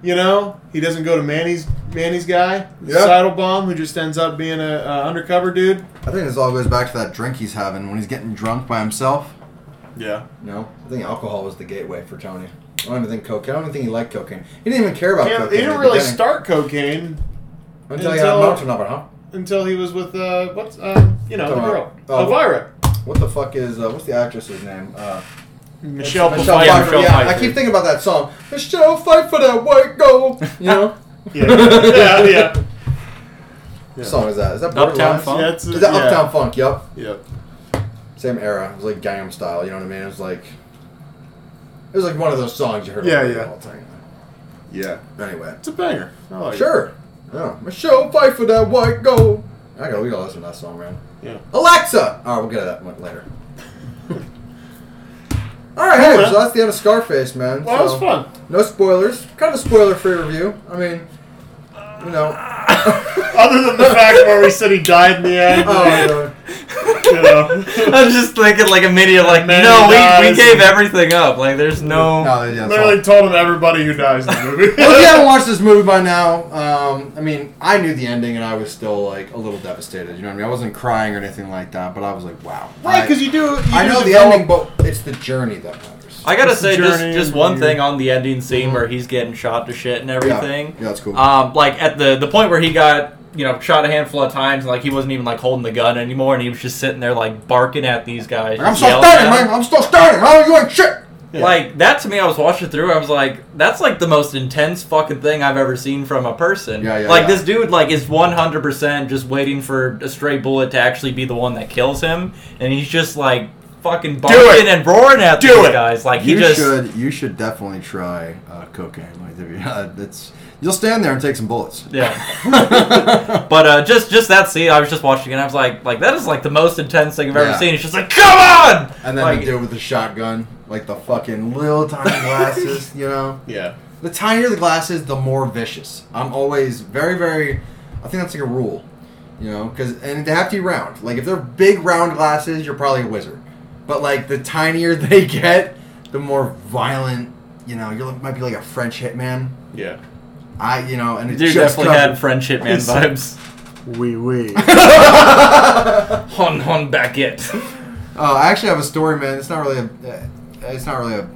Speaker 1: you know, he doesn't go to Manny's Manny's guy,
Speaker 3: Yeah.
Speaker 1: Seidel bomb, who just ends up being a uh, undercover dude.
Speaker 3: I think this all goes back to that drink he's having when he's getting drunk by himself.
Speaker 1: Yeah.
Speaker 3: No, I think alcohol was the gateway for Tony. I don't even think cocaine. I don't even think he liked cocaine. He didn't even care about
Speaker 1: Yeah,
Speaker 3: cocaine.
Speaker 1: he
Speaker 3: at
Speaker 1: didn't
Speaker 3: the
Speaker 1: really
Speaker 3: beginning.
Speaker 1: start cocaine
Speaker 3: until he had
Speaker 1: until-
Speaker 3: mountain of it, huh?
Speaker 1: until he was with uh, what's um, you know, the
Speaker 3: Come on.
Speaker 1: girl,
Speaker 3: Oh.
Speaker 1: Elvira,
Speaker 3: What the fuck is uh, what's the actress's name? Uh,
Speaker 1: Michelle,
Speaker 3: Michelle
Speaker 1: Pfeiffer.
Speaker 3: Pfeiffer. Yeah, I keep thinking about that song. Michelle Pfeiffer, for that white gold. You know,
Speaker 1: Yeah, yeah, yeah.
Speaker 3: what song is that? Is that
Speaker 2: Uptown
Speaker 3: Borderlands?
Speaker 2: Funk?
Speaker 1: Yeah, it's a-
Speaker 3: Is that
Speaker 1: yeah.
Speaker 3: Uptown Funk? Yep.
Speaker 1: Yep.
Speaker 3: Same era. It was like Gangnam Style. You know what I mean? It was like it was like one of those songs you heard.
Speaker 1: Yeah,
Speaker 3: all-
Speaker 1: yeah.
Speaker 3: All the time.
Speaker 1: Yeah.
Speaker 3: Anyway,
Speaker 1: It's a banger. I like it.
Speaker 3: sure. Yeah, Michelle fight for that white gold. I gotta we gotta listen to that song, man.
Speaker 1: Yeah.
Speaker 3: Alexa. All right, we'll get to that one later. all right, hey,
Speaker 1: man.
Speaker 3: so that's the end of Scarface, man.
Speaker 1: Well, that was
Speaker 3: So,
Speaker 1: fun.
Speaker 3: No spoilers. Kind of spoiler-free review. I mean, you know. Oh,
Speaker 1: Other than the fact where we said he died in the end.
Speaker 3: Oh, no.
Speaker 1: you know,
Speaker 2: I was just thinking like immediately, like
Speaker 1: And then
Speaker 2: no,
Speaker 1: he
Speaker 2: we, we
Speaker 1: dies
Speaker 2: gave
Speaker 1: and-
Speaker 2: everything up. Like there's no.
Speaker 3: No, yeah, that's all.
Speaker 1: literally told him everybody who dies in the movie.
Speaker 3: Well, if you haven't watched this movie by now, um, I mean, I knew the ending and I was still like a little devastated. You know what I mean? I wasn't crying or anything like that, but I was like, wow.
Speaker 1: Right,
Speaker 3: I-
Speaker 1: because you do. You
Speaker 3: I
Speaker 1: do
Speaker 3: know the
Speaker 1: develop-
Speaker 3: ending, but it's the journey that matters.
Speaker 2: I gotta
Speaker 1: It's the
Speaker 2: say just
Speaker 1: journey
Speaker 2: just
Speaker 1: and
Speaker 2: one
Speaker 1: you-
Speaker 2: thing on the ending scene where he's getting shot to shit and
Speaker 3: Yeah.
Speaker 2: everything.
Speaker 3: Yeah, that's cool.
Speaker 2: Um, like at the the point where he got you know shot a handful of times, like he wasn't even like holding the gun anymore, and he was just sitting there like barking at these guys.
Speaker 3: Like, I'm
Speaker 2: just
Speaker 3: still
Speaker 2: yelling
Speaker 3: starting,
Speaker 2: at them.
Speaker 3: man. I'm still starting. How you ain't shit?
Speaker 1: Yeah.
Speaker 2: Like that to me, I was watching through. I was like, that's like the most intense fucking thing I've ever seen from a person.
Speaker 3: Yeah, yeah,
Speaker 2: Like
Speaker 3: yeah.
Speaker 2: this dude, like is one hundred percent just waiting for a stray bullet to actually be the one that kills him, and he's just like fucking barking and roaring at
Speaker 1: Do
Speaker 2: these
Speaker 1: it.
Speaker 2: guys. Like he
Speaker 3: You
Speaker 2: just.
Speaker 3: should. You should definitely try uh, cocaine. Like, if you- uh, it's you'll stand there and take some bullets.
Speaker 2: Yeah, but uh, just just that scene, I was just watching, and I was like, like that is like the most intense thing I've ever
Speaker 3: Yeah.
Speaker 2: seen. It's just like, come on!
Speaker 3: And then
Speaker 2: like,
Speaker 3: the dude with the shotgun, like the fucking little tiny glasses, you know.
Speaker 1: Yeah.
Speaker 3: The tinier the glasses, the more vicious. I'm always very, very. I think that's like a rule, you know, because and they have to be round. Like if they're big round glasses, you're probably a wizard. But like the tinier they get, the more violent. You know, you might be like a French hitman.
Speaker 1: Yeah.
Speaker 3: I, you know, and it's
Speaker 2: dude
Speaker 3: just
Speaker 2: definitely
Speaker 3: covered-
Speaker 2: had friendship man vibes.
Speaker 1: Wee wee.
Speaker 2: Hon hon baguette.
Speaker 3: Oh, I actually have a story, man. It's not really a. uh, It's not really a.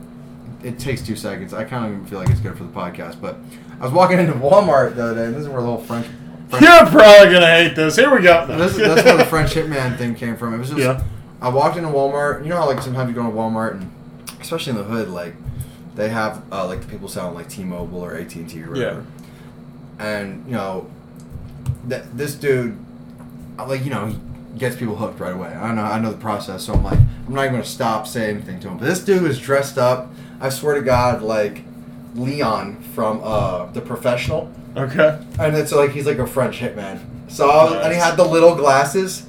Speaker 3: It takes two seconds. I kind of even feel like it's good for the podcast, but I was walking into Walmart the other day, and this is where the whole French. French
Speaker 1: You're probably gonna hate this. Here we go. No.
Speaker 3: this, that's where the French hitman thing came from. It was just
Speaker 1: Yeah.
Speaker 3: I walked into Walmart. You know how like sometimes you go to Walmart and especially in the hood, like they have uh, like the people selling like T-Mobile or AT and T or whatever. And you know, th- this dude, I- like you know, he gets people hooked right away. I know, I know the process. So I'm like, I'm not even gonna stop say anything to him. But this dude is dressed up. I swear to God, like Leon from uh, the Professional.
Speaker 1: Okay.
Speaker 3: And it's like he's like a French hitman. So I was, and he
Speaker 1: Nice.
Speaker 3: had the little glasses.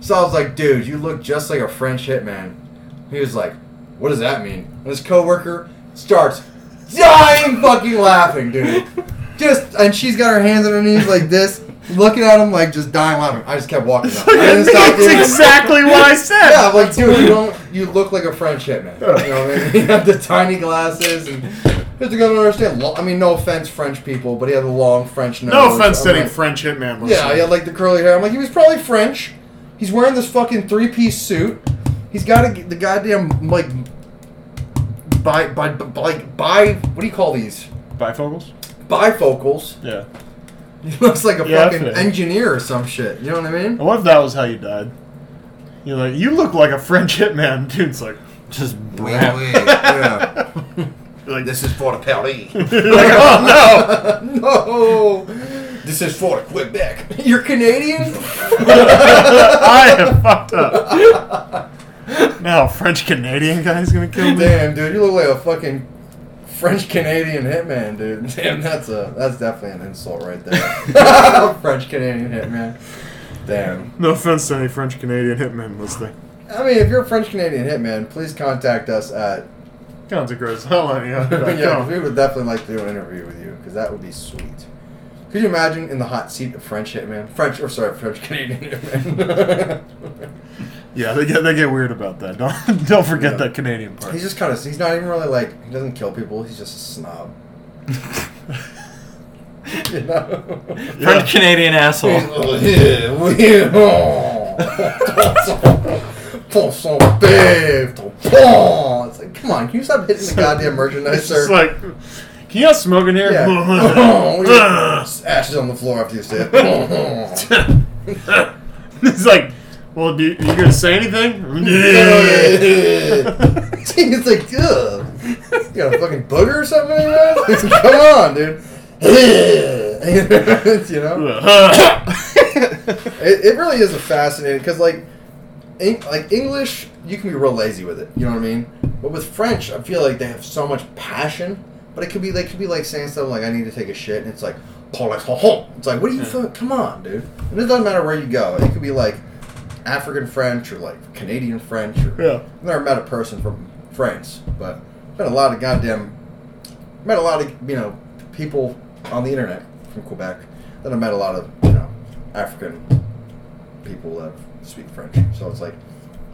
Speaker 3: So I was like, dude, you look just like a French hitman. He was like, what does that mean? And his coworker starts dying fucking laughing, dude. Just and she's got her hands on her knees like this, looking at him like just dying laughing. I just kept walking. Up. I didn't stop
Speaker 1: That's
Speaker 3: doing
Speaker 1: exactly what I said.
Speaker 3: yeah, I'm like, dude, you don't. You look like a French hitman. You know what I mean? You have the tiny glasses, and here's the guy don't understand. lo- I mean, no offense, French people, but he had a long French nose.
Speaker 1: No offense to
Speaker 3: I'm
Speaker 1: any
Speaker 3: like-
Speaker 1: French hitman listener.
Speaker 3: Yeah, he had like the curly hair. I'm like, he was probably French. He's wearing this fucking three piece suit. He's got a, the goddamn like by by by like by what do you call these
Speaker 1: Bifocals?
Speaker 3: bifocals?
Speaker 1: Yeah.
Speaker 3: He looks like a
Speaker 1: Yeah,
Speaker 3: fucking
Speaker 1: that's it.
Speaker 3: engineer or some shit. You know what I mean?
Speaker 1: And what if that was how you died? You're like, you look like a French hitman. Dude's like,
Speaker 2: Just
Speaker 3: Oui,
Speaker 2: brat.
Speaker 3: oui, yeah.
Speaker 1: you're like,
Speaker 3: This is for the Paris.
Speaker 1: like, oh no!
Speaker 3: No! This is for Quebec. You're Canadian?
Speaker 1: I am fucked up. Now, French Canadian guy's gonna kill me.
Speaker 3: Damn, dude, you look like a fucking French Canadian hitman, dude. Damn, that's a that's definitely an insult right there. French Canadian hitman. Damn.
Speaker 1: No offense to any French Canadian hitman listening.
Speaker 3: I mean, if you're a French Canadian hitman, please contact us at.
Speaker 1: Consecrates hotline,
Speaker 3: yeah, 'cause
Speaker 1: yeah.
Speaker 3: we would definitely like to do an interview with you because that would be sweet. Could you imagine in the hot seat of French hitman, French or sorry, French Canadian hitman?
Speaker 1: Yeah, they get they get weird about that. Don't don't forget
Speaker 3: Yeah.
Speaker 1: that Canadian part.
Speaker 3: He's just kind of. He's not even really like. He doesn't kill people. He's just a snob. you know.
Speaker 1: Yeah.
Speaker 2: French Canadian asshole.
Speaker 3: It's like, come on, can you stop hitting the goddamn merchandise,
Speaker 1: It's just
Speaker 3: sir?
Speaker 1: like, Oh, can you not smoke in here?
Speaker 3: yeah. We just- ashes on the floor after you say it.
Speaker 1: it's like, well, do you, you gonna say anything?
Speaker 3: He's like, ugh. You got a fucking booger or something in your ass? Come on, dude. you know? It, it really is a fascinating because like, Eng- like English, you can be real lazy with it. You know what I mean? But with French, I feel like they have so much passion. But it could be they could be like saying stuff like "I need to take a shit," and it's like "Paul It's like, what do you fuck? Come on, dude! And it doesn't matter where you go. It could be like African French or like Canadian French. Or,
Speaker 1: Yeah.
Speaker 3: I've never met a person from France, but met a lot of goddamn met a lot of you know people on the internet from Quebec. Then I met a lot of you know African people that speak French, so it's like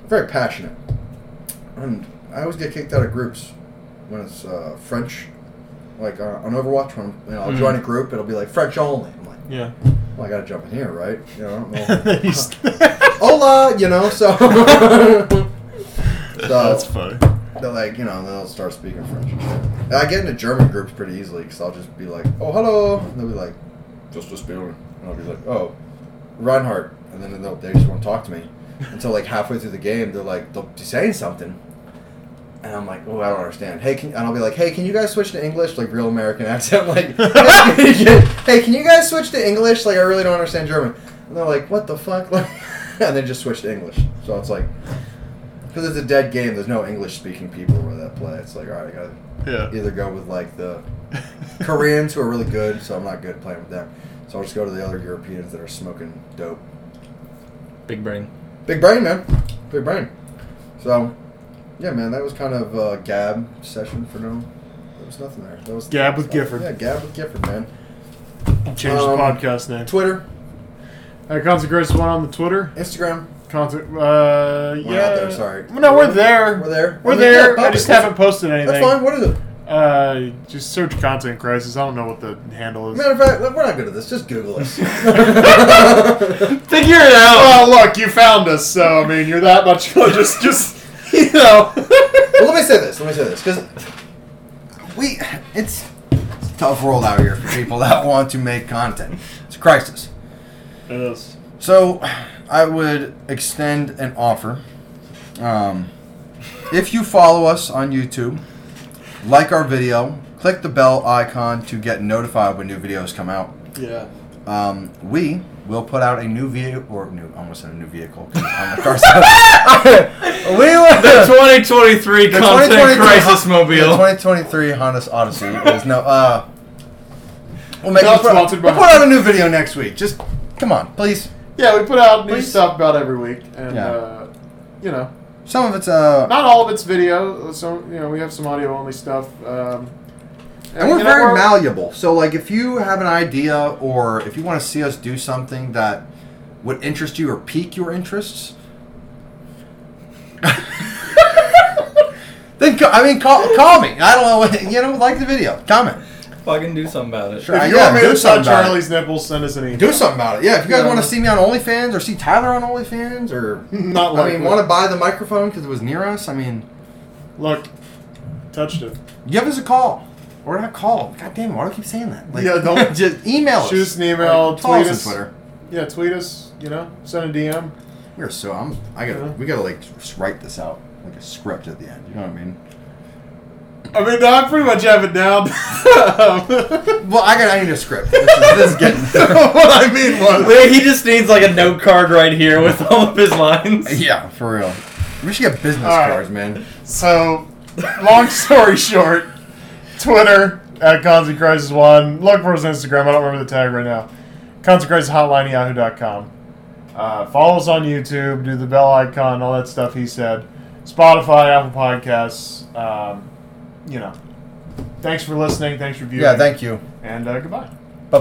Speaker 3: very passionate. And I always get kicked out of groups when it's uh, French, like uh, on Overwatch. When you know, I'll join a group, it'll be like French only. I'm like,
Speaker 1: Yeah.
Speaker 3: well, I gotta jump in here, right? You know, well,
Speaker 1: He's-
Speaker 3: hola, you know. So,
Speaker 1: That's
Speaker 3: so
Speaker 1: funny.
Speaker 3: they're like, you know, and then I'll start speaking French. And shit. And I get into German groups pretty easily because I'll just be like, oh, hello, and they'll be like, just a spielen, and I'll be like, oh, Reinhardt, and then they'll, they just won't talk to me until like halfway through the game. They're like, they'll be saying something. And I'm like, oh, I don't understand. Hey, can, and I'll be like, hey, can you guys switch to English, like real American accent? Like, hey, can- hey, can you guys switch to English? Like, I really don't understand German. And they're like, what the fuck? Like, and then just switch to English. So it's like, because it's a dead game. There's no English-speaking people where that play. It's like, all right, I gotta
Speaker 1: Yeah.
Speaker 3: either go with like the Koreans who are really good, so I'm not good at playing with them. So I'll just go to the other Europeans that are smoking dope.
Speaker 2: Big brain.
Speaker 3: Big brain, man. Big brain. So, yeah, man, that was kind of a gab session for no. There was nothing there. That was
Speaker 1: Gab with Gifford.
Speaker 3: Yeah, gab with Gifford, man.
Speaker 1: Change the
Speaker 3: Um,
Speaker 1: podcast name.
Speaker 3: Twitter,
Speaker 1: At Consecrates one on the Twitter.
Speaker 3: Instagram.
Speaker 1: Concert, uh, yeah.
Speaker 3: We're not there, sorry.
Speaker 1: No, we're there.
Speaker 3: We're there.
Speaker 1: We're
Speaker 3: I mean,
Speaker 1: there.
Speaker 3: yeah,
Speaker 1: I just
Speaker 3: public.
Speaker 1: haven't posted anything.
Speaker 3: That's fine. What is it?
Speaker 1: Uh, just search content crisis. I don't know what the handle is.
Speaker 3: Matter of fact, we're not good at this. Just Google us.
Speaker 2: Figure it out.
Speaker 1: Well, look, you found us, so I mean, you're that much. Just, just, you know.
Speaker 3: Well, let me say this. Let me say this because we it's, it's a tough world out here for people that want to make content. It's a crisis.
Speaker 1: it is.
Speaker 3: So, I would extend an offer. Um, if you follow us on YouTube, like our video, click the bell icon to get notified when new videos come out.
Speaker 1: Yeah.
Speaker 3: Um, we will put out a new vehicle, or new, I almost said a new vehicle. 'cause I'm a car salesman. we will.
Speaker 2: The 2023
Speaker 3: The
Speaker 2: content
Speaker 3: 2023
Speaker 2: crisis
Speaker 3: The
Speaker 2: mobile.
Speaker 3: 2023 Honda Odyssey is no. Uh, we'll make
Speaker 1: Not
Speaker 3: we'll put,
Speaker 1: sponsored by
Speaker 3: we'll put out a new video next week. Just come on, please.
Speaker 1: Yeah, we put out new
Speaker 3: Please.
Speaker 1: stuff about every week, and
Speaker 3: Yeah.
Speaker 1: uh, you know,
Speaker 3: Some of it's uh,
Speaker 1: not all of it's video. So you know, we have some audio only stuff. Um,
Speaker 3: and we're
Speaker 1: you know,
Speaker 3: very malleable. So like, if you have an idea or if you want to see us do something that would interest you or pique your interests, then co- I mean, call call me. I don't know. what- You know, like the video, comment,
Speaker 2: Fucking do something about it.
Speaker 3: Sure.
Speaker 1: If you
Speaker 3: Yeah,
Speaker 1: want me
Speaker 3: do
Speaker 1: to
Speaker 3: something
Speaker 1: touch
Speaker 3: about it.
Speaker 1: Charlie's nipples, send us an email.
Speaker 3: do something about it. Yeah, if you guys
Speaker 1: Yeah.
Speaker 3: want to see me on OnlyFans or see Tyler on OnlyFans or
Speaker 1: Not
Speaker 3: I
Speaker 1: like
Speaker 3: mean, want to buy the microphone because it was near us? I mean,
Speaker 1: look. Touched it.
Speaker 3: give us a call. Or not call. God damn it, why do I keep saying that?
Speaker 1: Yeah, don't-
Speaker 3: just email us.
Speaker 1: Shoot us an email,
Speaker 3: Like, follow
Speaker 1: tweet us.
Speaker 3: us on Twitter.
Speaker 1: Yeah, tweet us. You know, send a DM.
Speaker 3: We're so I'm I gotta
Speaker 1: Yeah.
Speaker 3: we gotta like s- write this out like a script at the end. You know what I mean?
Speaker 1: I mean, I pretty much have it down. Um,
Speaker 3: Well, I got I need a script. This is, this is getting what I mean was
Speaker 2: Wait, he just needs like a note card right here with all of his lines.
Speaker 3: yeah for real. We should get business
Speaker 1: All right.
Speaker 3: cards, man.
Speaker 1: so, long story short, Twitter at Constant Crisis One. Look for us on Instagram. I don't remember the tag right now. Constant Crisis Hotline Yahoo.com. Uh, follow us on YouTube. Do the bell icon. All that stuff he said. Spotify, Apple Podcasts. Um, you know. Thanks for listening. Thanks for viewing.
Speaker 3: Yeah, thank you.
Speaker 1: And uh, goodbye.